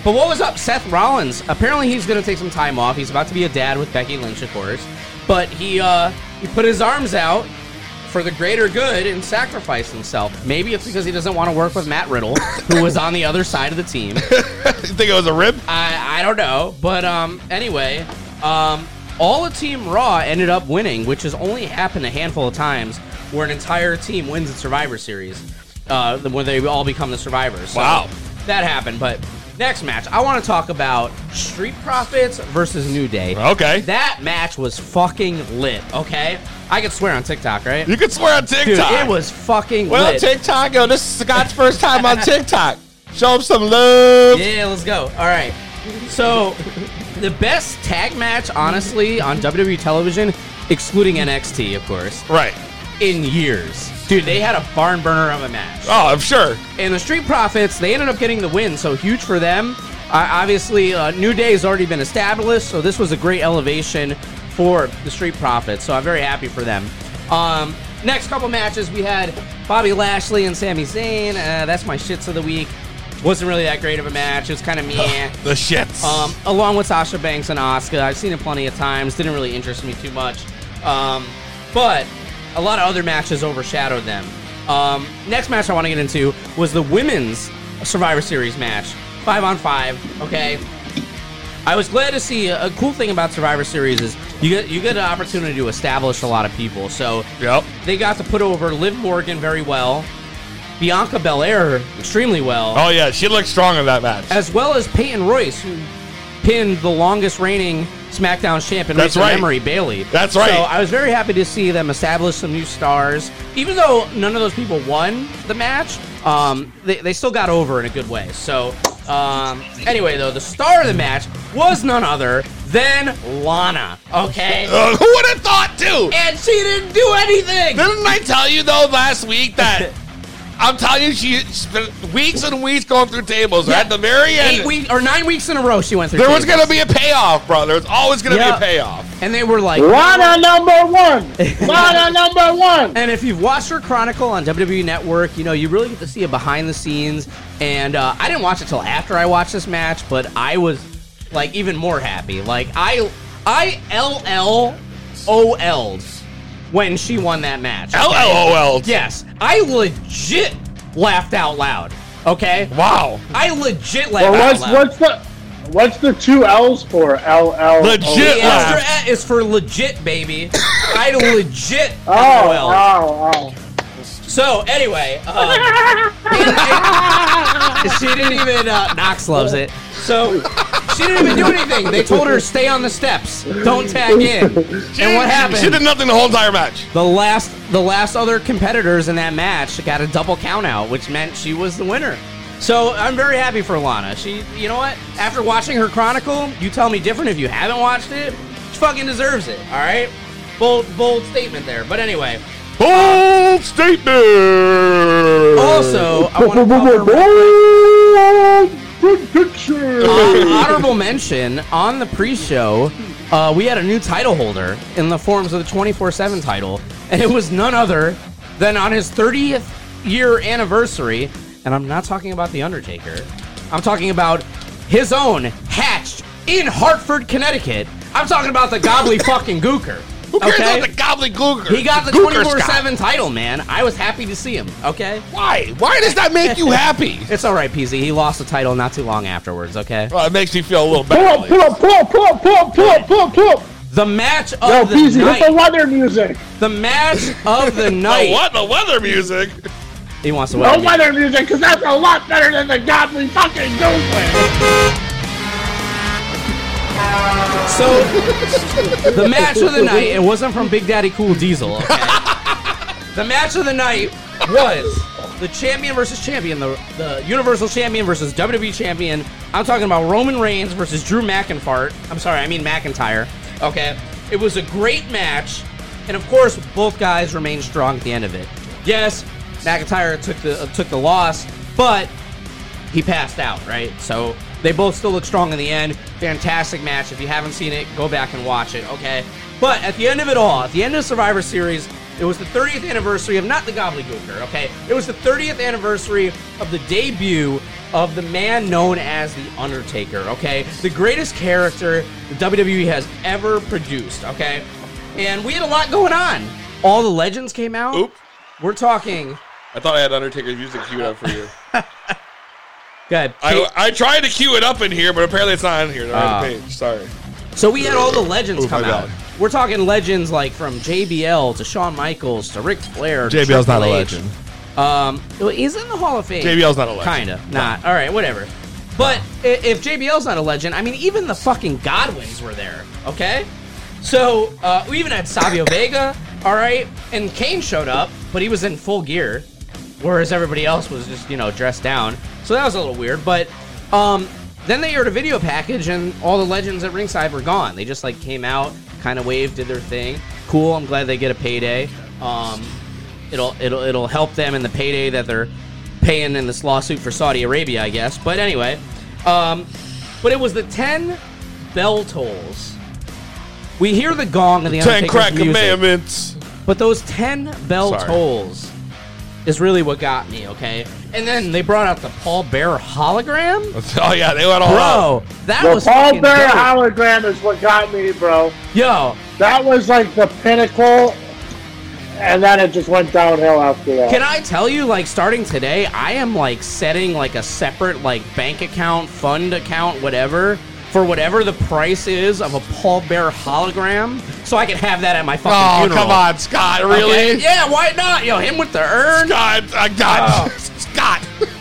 Speaker 6: but what was up, Seth Rollins? Apparently, he's going to take some time off. He's about to be a dad with Becky Lynch, of course. But he uh, he put his arms out for the greater good and sacrificed himself. Maybe it's because he doesn't want to work with Matt Riddle, who was on the other side of the team.
Speaker 13: You think it was a rib?
Speaker 6: I, I don't know. But um, anyway, um, all of Team Raw ended up winning, which has only happened a handful of times where an entire team wins in Survivor Series, uh, the- where they all become the survivors. So
Speaker 13: Wow.
Speaker 6: That happened. But next match, I want to talk about Street Profits versus New Day.
Speaker 13: Okay.
Speaker 6: That match was fucking lit, okay? I could swear on TikTok, right?
Speaker 13: You could swear on TikTok.
Speaker 6: Dude, it was fucking
Speaker 13: Mm-hmm. Well,
Speaker 6: lit.
Speaker 13: TikTok, yo, this is Scott's first time (laughs) on TikTok. Show him some love.
Speaker 6: Yeah, let's go. All right. So, the best tag match, honestly, on WWE television, excluding NXT, of course.
Speaker 13: Right.
Speaker 6: In years. Dude, they had a barn burner of a match.
Speaker 13: Oh, I'm sure.
Speaker 6: And the Street Profits, they ended up getting the win, so huge for them. Uh, obviously, uh, New Day has already been established, so this was a great elevation for the Street Profits, so I'm very happy for them. Um, next couple matches, we had Bobby Lashley and Sami Zayn. Uh, that's my shits of the week. Wasn't really that great of a match. It was kind of meh.
Speaker 13: The shits.
Speaker 6: Um, along with Sasha Banks and Asuka. I've seen it plenty of times. Didn't really interest me too much. Um, but a lot of other matches overshadowed them. Um, next match I want to get into was the women's Survivor Series match. Five on five, okay? I was glad to see uh, a cool thing about Survivor Series is you get you get an opportunity to establish a lot of people. So they got to put over Liv Morgan very well, Bianca Belair extremely well,
Speaker 13: Oh, yeah, she looked strong in that match.
Speaker 6: as well as Peyton Royce, who pinned the longest reigning SmackDown champ in
Speaker 13: That's
Speaker 6: recent
Speaker 13: right.
Speaker 6: memory, Bailey.
Speaker 13: That's right.
Speaker 6: So I was very happy to see them establish some new stars. Even though none of those people won the match, um, they, they still got over in a good way. So um, anyway, though, the star of the match was none other than Lana. Okay.
Speaker 13: Uh, who would have thought, too?
Speaker 6: And she didn't do anything.
Speaker 13: Didn't I tell you though last week
Speaker 4: (laughs)
Speaker 13: that I'm telling you she spent weeks and weeks going through tables. and At the very
Speaker 6: Eight
Speaker 13: end,
Speaker 6: weeks or nine weeks in a row, she went through.
Speaker 13: there was
Speaker 6: tables.
Speaker 13: gonna be a payoff, bro. There was always gonna
Speaker 6: Yeah.
Speaker 13: be a payoff.
Speaker 6: and they were like,
Speaker 5: Lana number one. (laughs) Lana number one.
Speaker 6: And if you've watched her Chronicle on WWE Network, you know, you really get to see it behind the scenes. And uh, I didn't watch it till after I watched this match, but I was like even more happy. Like I I LL OL'd when she won that match.
Speaker 13: LLOL.
Speaker 6: Yes. I legit laughed out loud. Okay?
Speaker 13: Wow.
Speaker 6: I legit laughed
Speaker 5: Well,
Speaker 6: out
Speaker 5: what's
Speaker 6: loud.
Speaker 5: what's the what's the two L's for? L L.
Speaker 13: Legit
Speaker 6: the
Speaker 13: laugh.
Speaker 6: extra F is for
Speaker 5: (coughs)
Speaker 6: legit, baby. I legit
Speaker 5: Oh,
Speaker 6: LOL'd.
Speaker 5: oh, oh.
Speaker 6: So anyway, uh, she didn't even uh, Knox loves it. So she didn't even do anything. They told her stay on the steps, don't tag in. And what happened?
Speaker 13: She did nothing the whole entire match.
Speaker 6: the last, the last other competitors in that match got a double count out, which meant she was the winner. So I'm very happy for Lana. She, you know what? After watching her Chronicle, you tell me different. If you haven't watched it, she fucking deserves it. All right, bold, bold statement there. But anyway,
Speaker 13: Bold statement.
Speaker 6: Oh, also I want to cover
Speaker 5: Good picture.
Speaker 6: Uh, honorable mention on the pre-show, uh, we had a new title holder in the forms of the 24/7 title, and it was none other than on his 30th year anniversary. And I'm not talking about the Undertaker. I'm talking about his own hatched in Hartford, Connecticut. I'm talking about
Speaker 13: (laughs)
Speaker 6: the gobbly fucking gooker.
Speaker 13: Who cares about the gobbledygooker?
Speaker 6: he got the
Speaker 13: Gooker
Speaker 6: 24/7 title, man. I was happy to see him. Okay,
Speaker 13: Scott? Why? Why does that make you
Speaker 6: (laughs)
Speaker 13: happy?
Speaker 6: it's all right, PZ. He lost the title not too long afterwards. Okay.
Speaker 13: Well, it makes me feel a little
Speaker 5: Pull
Speaker 13: better.
Speaker 5: up, pull up, pull up, pull up, pull up, pull up, pull up, pull up.
Speaker 6: The match of
Speaker 5: Yo,
Speaker 6: the
Speaker 5: Peasy,
Speaker 6: night.
Speaker 5: hit the weather music.
Speaker 6: The match
Speaker 13: (laughs)
Speaker 6: of the night.
Speaker 13: The what? Oh The weather music.
Speaker 6: He wants to
Speaker 5: No
Speaker 6: win.
Speaker 5: weather music, because that's a lot better than the godly fucking goober.
Speaker 13: (laughs)
Speaker 6: So the match of the night. It wasn't from Big Daddy Cool Diesel.
Speaker 13: (laughs)
Speaker 6: Okay? the match of the night was the champion versus champion, the the Universal Champion versus WWE Champion. I'm talking about Roman Reigns versus Drew McIntyre. I'm sorry, I mean McIntyre. Okay, it was a great match, and of course, both guys remained strong at the end of it. Yes, McIntyre took the uh, took the loss, but he passed out, right? So They both still look strong in the end. Fantastic match. If you haven't seen it, go back and watch it, okay? But at the end of it all, at the end of Survivor Series, it was the 30th anniversary of not the gobbledygooker, okay? It was the 30th anniversary of the debut of the man known as The Undertaker, okay? The greatest character the WWE has ever produced, okay? And we had a lot going on. All the legends came out. Oop. We're talking.
Speaker 4: I thought I had Undertaker's music queued up for you.
Speaker 6: Go ahead.
Speaker 4: I, I tried to queue it up in here, but apparently it's not in here.
Speaker 6: Ah.
Speaker 4: Not on the page. Sorry.
Speaker 6: So we had all the legends
Speaker 4: Oof,
Speaker 6: come
Speaker 4: my
Speaker 6: out.
Speaker 4: bad.
Speaker 6: We're talking legends like from JBL to Shawn Michaels to Ric Flair. To
Speaker 13: JBL's not a
Speaker 6: Triple H.
Speaker 13: legend.
Speaker 6: Um, well, he's in the Hall of Fame.
Speaker 13: JBL's not a legend.
Speaker 6: Kinda, not. All right, whatever. But i- if JBL's not a legend, I mean, even the fucking Godwins were there. Okay, so uh, we even
Speaker 13: (coughs)
Speaker 6: had Savio Vega. All right, and Kane showed up, but he was in full gear, whereas everybody else was just you know dressed down. So that was a little weird. But um, then they aired a video package, and all the legends at ringside were gone. They just like came out, kind of waved, did their thing. Cool. I'm glad they get a payday. Um, it'll it'll it'll help them in the payday that they're paying in this lawsuit for Saudi Arabia, I guess. But anyway, um, but it was the ten bell tolls. We hear the gong of the
Speaker 4: Ten
Speaker 6: Undertaker's
Speaker 4: crack
Speaker 6: music,
Speaker 13: (laughs)
Speaker 4: commandments.
Speaker 6: but those ten bell
Speaker 4: Sorry.
Speaker 6: tolls is really what got me. Okay, and then they brought out the Paul Bear hologram.
Speaker 4: Oh yeah, they went all
Speaker 6: Bro,
Speaker 4: out.
Speaker 6: that
Speaker 5: the
Speaker 6: was
Speaker 5: Paul
Speaker 6: fucking
Speaker 5: Bear
Speaker 6: dope.
Speaker 5: hologram is what got me, bro.
Speaker 6: Yo,
Speaker 5: That was like the pinnacle, and then it just went downhill after that.
Speaker 6: Can I tell you, like, starting today, I am like setting like a separate like bank account, fund account, whatever, for whatever the price is of a Paul Bear hologram, so I can have that at my fucking
Speaker 13: Oh,
Speaker 6: funeral.
Speaker 13: come on, Scott,
Speaker 6: Okay?
Speaker 13: really?
Speaker 6: Yeah, why not? Yo, him with the urn. Oh.
Speaker 13: Scott, I got (laughs) Scott. (laughs)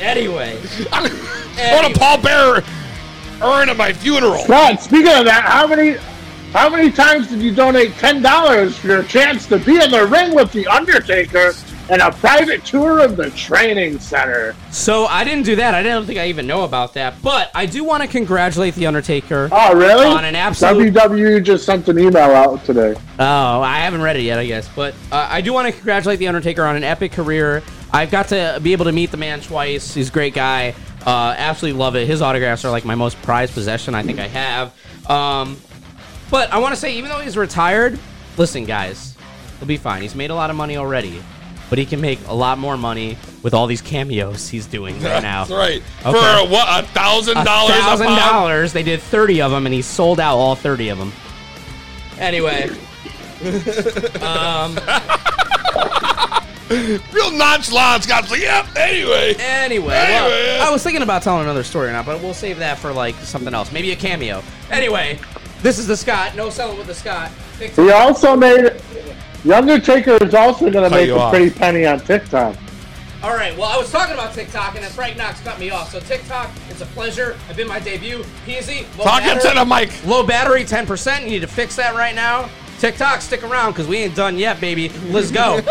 Speaker 6: Anyway,
Speaker 4: I want a Paul Bearer urn at my funeral.
Speaker 5: Ron, speaking of that, how many how many times did you donate ten dollars for your chance to be in the ring with the Undertaker and a private tour of the training center?
Speaker 6: so I didn't do that. I don't think I even know about that, but I do want to congratulate the Undertaker.
Speaker 5: Oh, really?
Speaker 6: On an absolute
Speaker 5: WWE E just sent an email out today.
Speaker 6: Oh, I haven't read it yet, I guess. But uh, I do want to congratulate The Undertaker on an epic career. I've got to be able to meet the man twice. He's a great guy. Uh, absolutely love it. His autographs are like my most prized possession I think I have. Um, but I want to say, even though he's retired, listen, guys, he'll be fine. He's made a lot of money already, but he can make a lot more money with all these cameos he's doing
Speaker 4: (laughs)
Speaker 6: right now.
Speaker 4: That's right.
Speaker 6: Okay.
Speaker 4: For what a thousand dollars a
Speaker 6: thousand
Speaker 4: pop.
Speaker 6: dollars. They did thirty of them, and he sold out all thirty of them. Anyway, um,
Speaker 4: Real nonchalant. Scott's like, yep. Anyway.
Speaker 6: Anyway, well, I was thinking about telling another story or not, but we'll save that for like something else, maybe a cameo. Anyway, this is the Scott. No selling with the Scott. Fix
Speaker 5: He also made the Undertaker is also going to
Speaker 6: Cut
Speaker 5: make
Speaker 6: you
Speaker 5: a
Speaker 6: off.
Speaker 5: pretty penny on TikTok.
Speaker 6: All right. Well, I was talking about TikTok, and then Frank Knox cut me off. So TikTok, it's a pleasure. I've been my debut. Peasy. low
Speaker 4: Talk into
Speaker 6: battery-
Speaker 4: the mic.
Speaker 6: Low battery, ten percent. You need to fix that right now. TikTok, stick around because we ain't done yet, baby. Let's go.
Speaker 4: (laughs)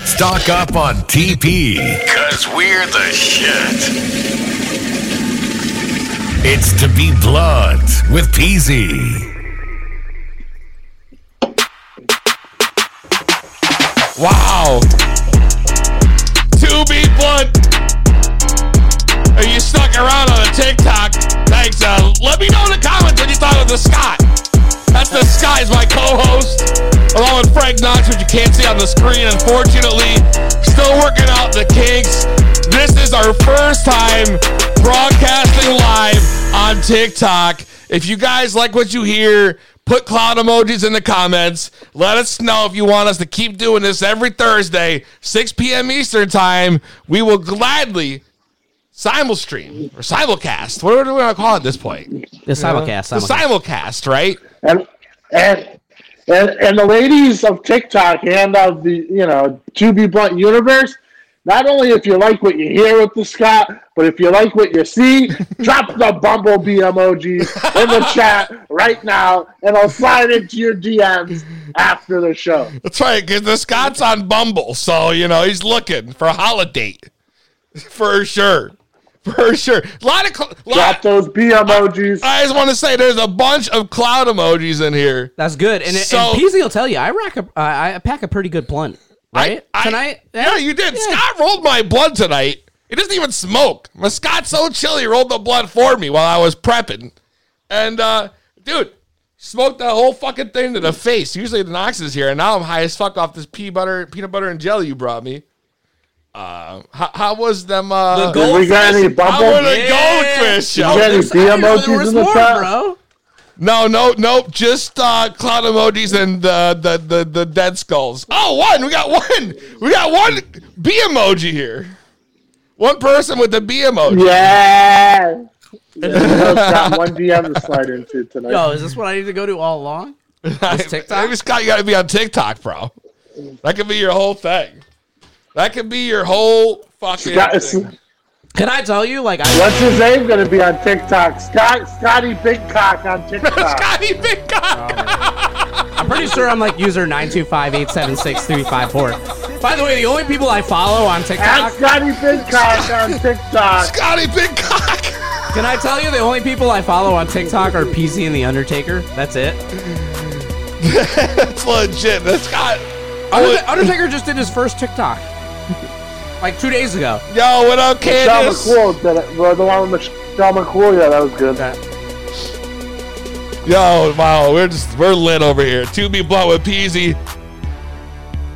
Speaker 14: Stock up on TP. Because we're the shit. It's to be blunt with Peasy.
Speaker 4: Wow. To be blunt. Are you stuck around on the TikTok? Thanks. Uh, let me know in the comments what you thought of the Scott. That's the Scott is my co-host, along with Frank Knox, which you can't see on the screen, unfortunately. Still working out the kinks. This is our first time broadcasting live on TikTok. If you guys like what you hear, put cloud emojis in the comments. Let us know if you want us to keep doing this every Thursday, 6 p.m. Eastern time. We will gladly simulstream or simulcast. What do we want to call it at this point?
Speaker 6: The simulcast,
Speaker 4: The simulcast, right?
Speaker 5: And and and, and the ladies of TikTok and of the you know to be blunt universe. Not only if you like what you hear with the Scott, but if you like what you see, drop the bumblebee emojis in the chat right now, and I'll slide into your DMs after the show.
Speaker 4: That's right, because the Scott's on Bumble, so you know he's looking for a holiday, for sure, for sure. A lot of cl- lot,
Speaker 5: Drop those B emojis.
Speaker 4: I just want to say there's a bunch of cloud emojis in here.
Speaker 6: That's good. And,
Speaker 4: So-
Speaker 6: and Peasy will tell you, I rack a, I I pack a pretty good blunt, right?
Speaker 4: I,
Speaker 6: Tonight,
Speaker 4: yeah, you did. Scott rolled my blood tonight. It doesn't even smoke. Mascot's so chilly rolled the blunt for me while I was prepping. And uh, dude, smoked that whole fucking thing to the face. Usually the Knox is here, and now I'm high as fuck off this pea butter, peanut butter and jelly you brought me. Uh, how, how was them? Uh,
Speaker 5: The goldfish. We got any
Speaker 4: How were the
Speaker 5: bubble?
Speaker 4: goldfish?
Speaker 5: Yeah. We got any bee emojis in the chat?
Speaker 4: No, no, nope. Just uh, cloud emojis and uh, the, the the dead skulls. Oh, one. We got one. We got one B emoji here. One person with the B emoji.
Speaker 5: Yeah. got one DM to slide into tonight.
Speaker 6: Yo, Oh, is this what I need to go to all along? This TikTok?
Speaker 4: Maybe Scott, you got to be on TikTok, bro. That could be your whole thing. That could be your whole fucking.
Speaker 5: Scott, it's-
Speaker 4: thing.
Speaker 6: Can I tell you? Like, I,
Speaker 5: What's his name going to be on TikTok? Scott, Scotty Big Cock (laughs) on TikTok.
Speaker 4: Scotty Big Cock.
Speaker 6: I'm pretty sure I'm like user nine two five eight seven six three five four. By the way, the only people I follow on
Speaker 5: At
Speaker 6: TikTok.
Speaker 5: Scotty Big Cock on TikTok.
Speaker 4: Scotty Big Cock.
Speaker 6: Can I tell you the only people I follow on TikTok are PZ and the Undertaker? That's it.
Speaker 4: (laughs) That's legit. That's got.
Speaker 6: Undert- Undertaker just did his first (laughs) TikTok like two days ago.
Speaker 4: Yo, what up,
Speaker 5: Michelle McCool did it. Well, The one with Michelle McCool, yeah, that was good.
Speaker 4: Yo, wow, we're just we're lit over here. To be blunt with Peasy.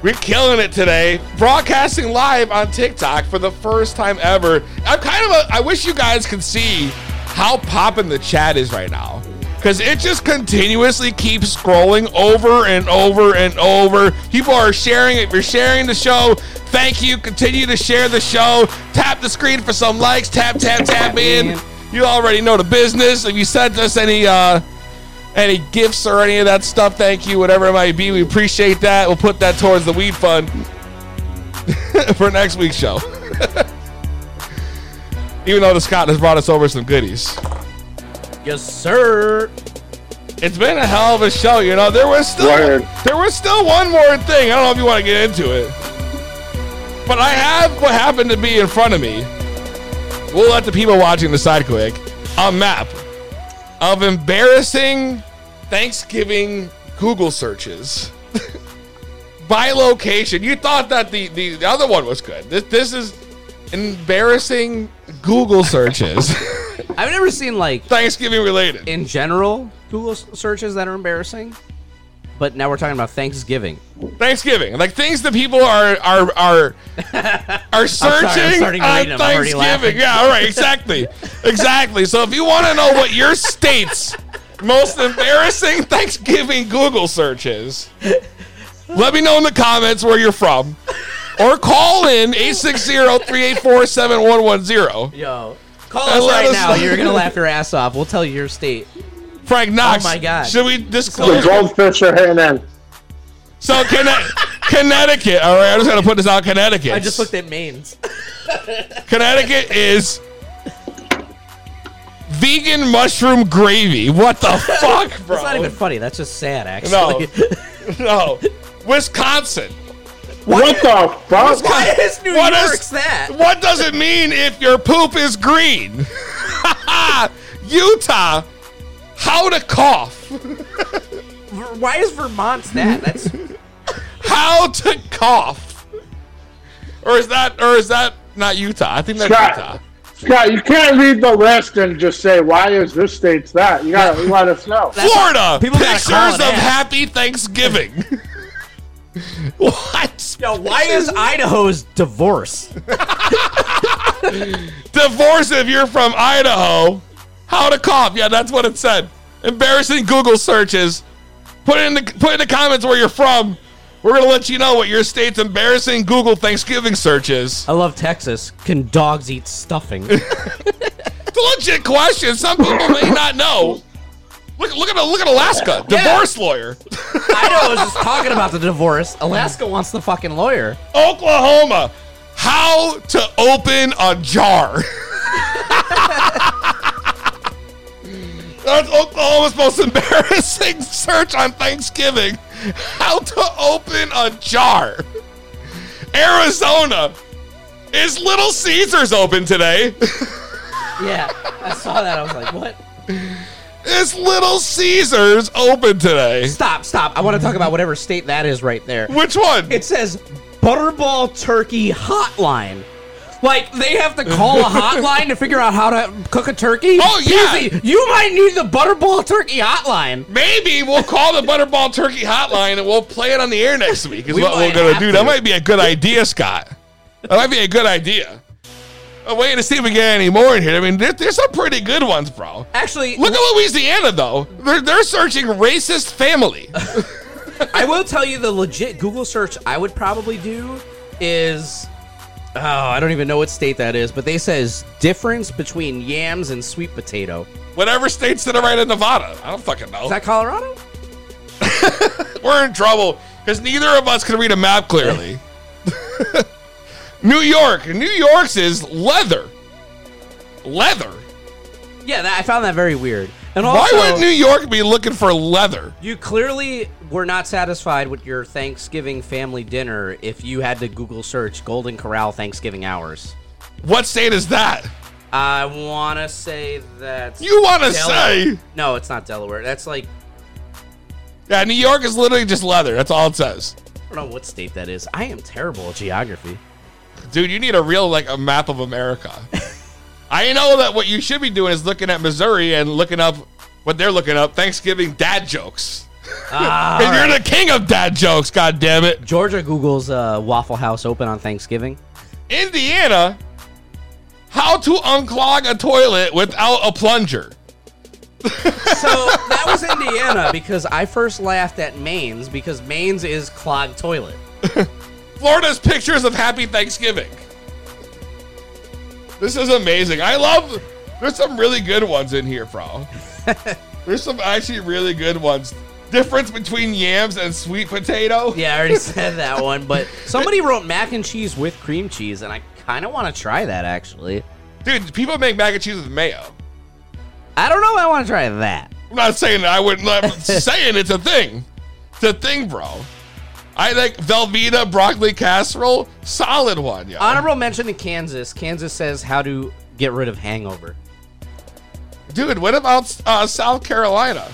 Speaker 4: We're killing it today. Broadcasting live on TikTok for the first time ever. I'm kind of a I wish you guys could see how popping the chat is right now. Cause it just continuously keeps scrolling over and over and over. People are sharing it. You're sharing the show. Thank you. Continue to share the show. Tap the screen for some likes. Tap, tap, tap in. You already know the business. If you sent us any uh any gifts or any of that stuff, thank you, whatever it might be. We appreciate that. We'll put that towards the weed fund (laughs) for next week's show. (laughs) Even though the Scott has brought us over some goodies.
Speaker 6: Yes, sir.
Speaker 4: It's been a hell of a show, you know. There was still there was still one more thing. I don't know if you want to get into it. But I have what happened to be in front of me. We'll let the people watching decide quick. A map of embarrassing Thanksgiving Google searches (laughs) by location. You thought that the, the, the other one was good. This, this is embarrassing Google searches. (laughs)
Speaker 6: I've never seen like
Speaker 4: Thanksgiving related
Speaker 6: in general Google s- searches that are embarrassing, but now we're talking about Thanksgiving.
Speaker 4: Thanksgiving, like things that people are
Speaker 6: (laughs)
Speaker 4: are are are
Speaker 6: sorry,
Speaker 4: searching
Speaker 6: I'm starting to read
Speaker 4: on
Speaker 6: and I'm already laughing.
Speaker 4: Thanksgiving. Yeah, all right,
Speaker 6: (laughs)
Speaker 4: exactly, exactly. So if you want to know what your state's most embarrassing Thanksgiving Google search is, let me know in the comments where you're from, or call in 860-384-7110.
Speaker 6: Yo, call
Speaker 4: And
Speaker 6: us
Speaker 4: let
Speaker 6: right
Speaker 4: us
Speaker 6: now.
Speaker 4: know.
Speaker 6: You're gonna (laughs) laugh your ass off. We'll tell you your state.
Speaker 4: Frank Knox.
Speaker 6: Oh my God.
Speaker 4: Should we disclose?
Speaker 5: The goldfish are hanging in.
Speaker 4: So Conne- Connecticut. All right, I'm just gonna put this out. Connecticut.
Speaker 6: I just looked at Maine's.
Speaker 4: Connecticut is vegan mushroom gravy. What
Speaker 6: (laughs)
Speaker 4: the fuck, bro?
Speaker 6: That's not even funny. That's just sad, actually.
Speaker 4: no, no. Wisconsin.
Speaker 5: What the fuck?
Speaker 6: (laughs) Why is New
Speaker 4: What
Speaker 6: York's
Speaker 4: is-
Speaker 6: that?
Speaker 4: What does it mean if your poop is green? (laughs) Utah. How to cough.
Speaker 6: V- Why is Vermont's that? That's
Speaker 4: How to cough. Or is that? Or is that not Utah? I think that's
Speaker 5: Scott.
Speaker 4: Utah.
Speaker 5: Scott, you can't read the list and just say, why is this state's that? You got to let us know.
Speaker 4: Florida.
Speaker 5: People gotta call
Speaker 4: Pictures
Speaker 5: it
Speaker 4: of
Speaker 5: ass.
Speaker 4: happy
Speaker 5: (laughs)
Speaker 4: Thanksgiving. what?
Speaker 6: Yo, why is Idaho's divorce?
Speaker 4: divorce if you're from Idaho. How to cough? Yeah, that's what it said. Embarrassing Google searches. Put it in the put in the comments where you're from. We're gonna let you know what your state's embarrassing Google Thanksgiving search is.
Speaker 6: (laughs) I love Texas. Can dogs eat (laughs) stuffing?
Speaker 4: It's a legit question. Some people may not know. Look look at look at Alaska.
Speaker 6: Yeah.
Speaker 4: Divorce lawyer.
Speaker 6: Idaho's just talking about the divorce. Alaska wants the fucking lawyer.
Speaker 4: Oklahoma. How to open a jar. That's Oklahoma's most embarrassing (laughs) search on Thanksgiving. How to open a jar. Arizona. Is Little Caesars open today? (laughs)
Speaker 6: Yeah, I saw that. I was like, what?
Speaker 4: Is Little Caesars open today?
Speaker 6: Stop, stop. I want to talk about whatever state that is right there.
Speaker 4: Which one?
Speaker 6: It says Butterball Turkey Hotline. Like they have to call a hotline to figure out how to cook a turkey.
Speaker 4: Oh, yeah.
Speaker 6: Peasy, you might need the Butterball Turkey Hotline.
Speaker 4: Maybe we'll call the Butterball Turkey Hotline and we'll play it on the air next week. Is
Speaker 6: We
Speaker 4: what we're
Speaker 6: might
Speaker 4: gonna
Speaker 6: have
Speaker 4: do.
Speaker 6: to.
Speaker 4: That might be a good idea, Scott. That might be a good idea. I'm waiting to see if we get any more in here. I mean, there, there's some pretty good ones, bro.
Speaker 6: Actually,
Speaker 4: look at Louisiana though. They're they're searching racist family.
Speaker 6: I will tell you the legit Google search I would probably do is oh I don't even know what state that is, but they says difference between yams and sweet potato.
Speaker 4: Whatever state's to the right of Nevada. I don't fucking know.
Speaker 6: Is that Colorado?
Speaker 4: We're in trouble because neither of us can read a map
Speaker 6: (laughs)
Speaker 4: clearly. New York. New York's is leather. Leather.
Speaker 6: Yeah, that, I found that very weird. And
Speaker 4: Why
Speaker 6: also,
Speaker 4: would New York be looking for leather?
Speaker 6: You clearly were not satisfied with your Thanksgiving family dinner if you had to Google search Golden Corral Thanksgiving hours.
Speaker 4: What state is that?
Speaker 6: I want to say that.
Speaker 4: You wanna say?
Speaker 6: No, it's not Delaware. That's like,
Speaker 4: Yeah, New York is literally just leather. That's all it says.
Speaker 6: I don't know what state that is. I am terrible at geography.
Speaker 4: Dude, you need a real like a map of
Speaker 6: (laughs)
Speaker 4: America. I know that what you should be doing is looking at Missouri and looking up what they're looking up, Thanksgiving dad jokes. (laughs)
Speaker 6: Ah,
Speaker 4: And you're
Speaker 6: alright.
Speaker 4: the king of dad jokes, god damn it.
Speaker 6: Georgia Google's uh, Waffle House open on Thanksgiving.
Speaker 4: Indiana, how to unclog a toilet without a plunger.
Speaker 6: So that was Indiana because I first laughed at Maine's because Maine's is clogged toilet.
Speaker 4: Florida's pictures of happy Thanksgiving. This is amazing. I love there's some really good ones in here, bro. there's some actually really good ones. Difference between yams and sweet potato.
Speaker 6: Yeah, I already (laughs) said that one, but somebody wrote mac and cheese with cream cheese, and I kind of want to try that actually.
Speaker 4: Dude, people make mac and cheese with mayo.
Speaker 6: I don't know if I want to try that.
Speaker 4: I'm not saying that I wouldn't love saying it's a thing. It's a thing, bro. I like Velveeta broccoli casserole, solid one, yo.
Speaker 6: Honorable mention to Kansas. Kansas says how to get rid of hangover.
Speaker 4: Dude, what about uh, South Carolina?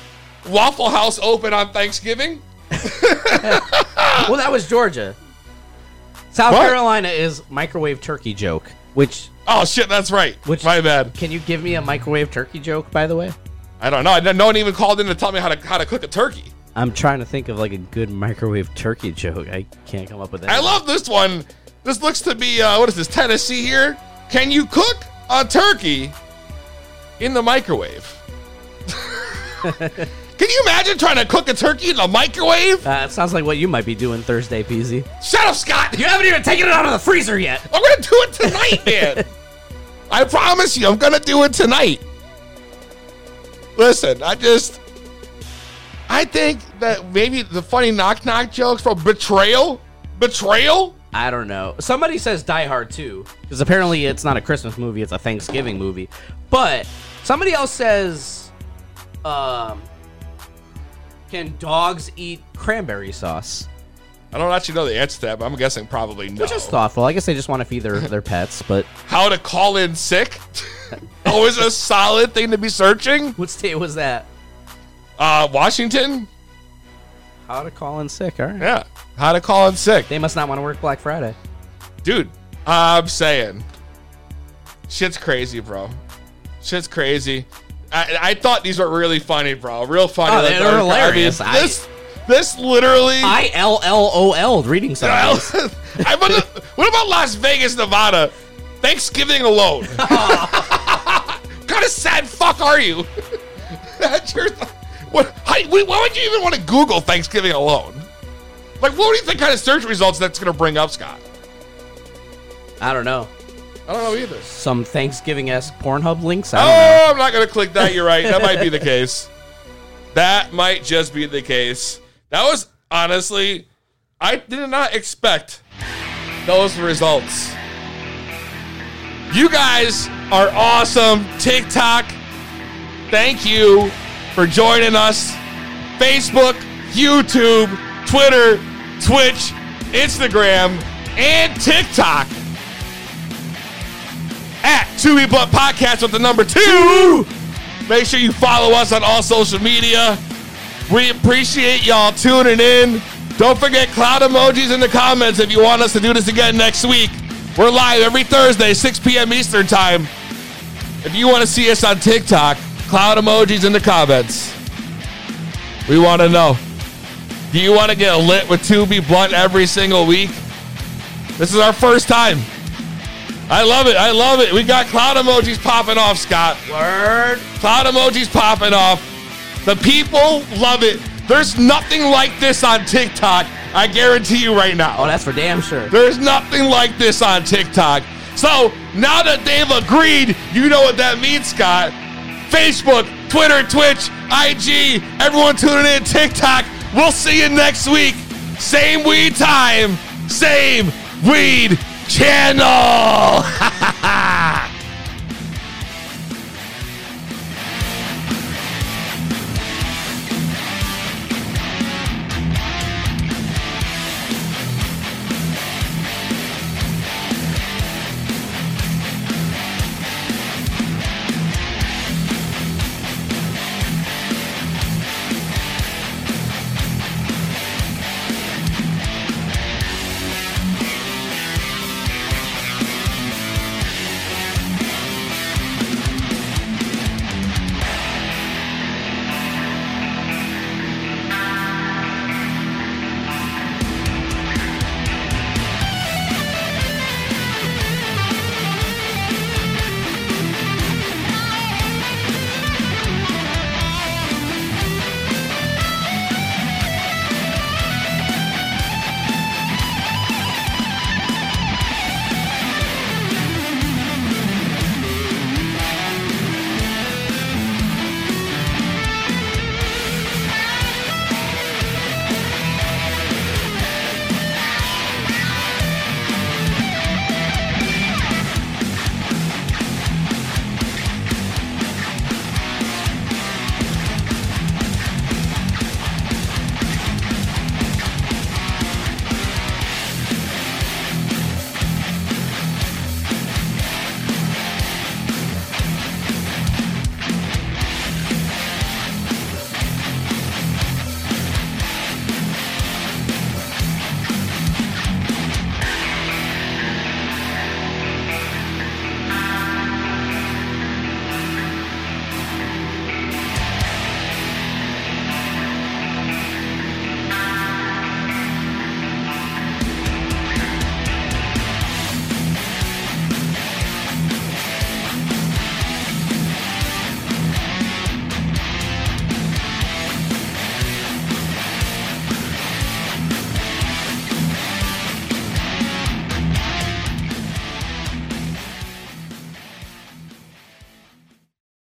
Speaker 4: Waffle House open on Thanksgiving?
Speaker 6: well, that was Georgia. South
Speaker 4: What?
Speaker 6: Carolina is microwave turkey joke, which
Speaker 4: Oh shit, that's right.
Speaker 6: Which
Speaker 4: my bad.
Speaker 6: Can you give me a microwave turkey joke, by the way?
Speaker 4: I don't know. I, no one even called in to tell me how to how to cook a turkey.
Speaker 6: I'm trying to think of like a good microwave turkey joke. I can't come up with that.
Speaker 4: I love this one. This looks to be uh, what is this Tennessee here? Can you cook a turkey in the microwave? Can you imagine trying to cook a turkey in the microwave?
Speaker 6: Uh, it sounds like what you might be doing Thursday, PZ.
Speaker 4: Shut up, Scott.
Speaker 6: You haven't even taken it out of the freezer yet.
Speaker 4: I'm gonna do it tonight, man. I promise you, I'm gonna do it tonight. Listen, I just, I think that maybe the funny knock knock jokes from betrayal, betrayal.
Speaker 6: I don't know. Somebody says Die Hard 2 because apparently it's not a Christmas movie; it's a Thanksgiving movie. But somebody else says, um, "Can dogs eat cranberry sauce?"
Speaker 4: I don't actually know the answer to that, but I'm guessing probably no.
Speaker 6: Which is thoughtful. I guess they just want to feed (laughs) their their pets. But
Speaker 4: How to call in sick? (laughs) Always a solid thing to be searching.
Speaker 6: What state was that?
Speaker 4: Uh, Washington.
Speaker 6: how to call in sick? All right.
Speaker 4: Yeah. How to call in sick?
Speaker 6: They must not want to work Black Friday.
Speaker 4: dude. I'm saying, shit's crazy, bro. Shit's crazy. I, I thought these were really funny, bro. Real funny.
Speaker 6: Oh,
Speaker 4: Like,
Speaker 6: they were
Speaker 4: I mean,
Speaker 6: hilarious. I-
Speaker 4: this, this literally.
Speaker 6: I L L O L reading something.
Speaker 4: (laughs) I wonder- what about Las Vegas, Nevada? Thanksgiving
Speaker 6: (laughs)
Speaker 4: alone.
Speaker 6: Oh.
Speaker 4: (laughs) kind of sad fuck are you? (laughs) That's your. What? How, why would you even want to Google Thanksgiving alone? Like, what do you think kind of search results that's going to bring up, Scott?
Speaker 6: I don't know.
Speaker 4: I don't know either.
Speaker 6: Some Thanksgiving esque Pornhub links. I don't know.
Speaker 4: Oh, I'm not going to click that. You're right. That might be the case. That might just be the case. That was honestly, I did not expect those results. You guys are awesome. TikTok, thank you for joining us. Facebook, YouTube, Twitter, Twitch, Instagram, and TikTok at Two E Butt Podcast with the number two. Make sure you follow us on all social media. We appreciate y'all tuning in. Don't forget cloud emojis in the comments if you want us to do this again next week. We're live every Thursday, 6 p.m. Eastern Time. If you want to see us on TikTok, cloud emojis in the comments. We want to know. Do you want to get lit with Tubi Blunt every single week? This is our first time. I love it. I love it. We got cloud emojis popping off, Scott. Word. Cloud emojis popping off. The people love it. There's nothing like this on TikTok. I guarantee you right now. Oh, that's for damn sure. There's nothing like this on TikTok. So now that they've agreed, you know what that means, Scott. Facebook, Twitter, Twitch, IG, everyone tuning in, TikTok. We'll see you next week. Same weed time, same weed channel.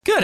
Speaker 15: Good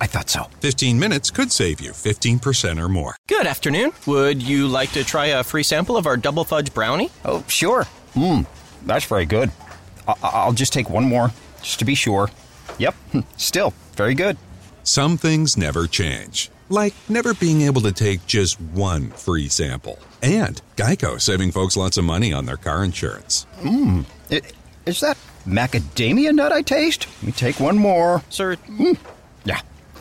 Speaker 1: I thought so.
Speaker 2: 15 minutes could save you 15% or more.
Speaker 15: Good afternoon. Would you like to try a free sample of our double fudge brownie?
Speaker 1: Oh, sure. Mmm, that's very good. I- I- I'll just take one more, just to be sure. Yep, hmm, still very good.
Speaker 2: Some things never change, like never being able to take just one free sample. And Geico saving folks lots of money on their car insurance.
Speaker 1: Mmm, is that macadamia nut I taste? Let me take one more.
Speaker 15: Sir.
Speaker 1: Yeah,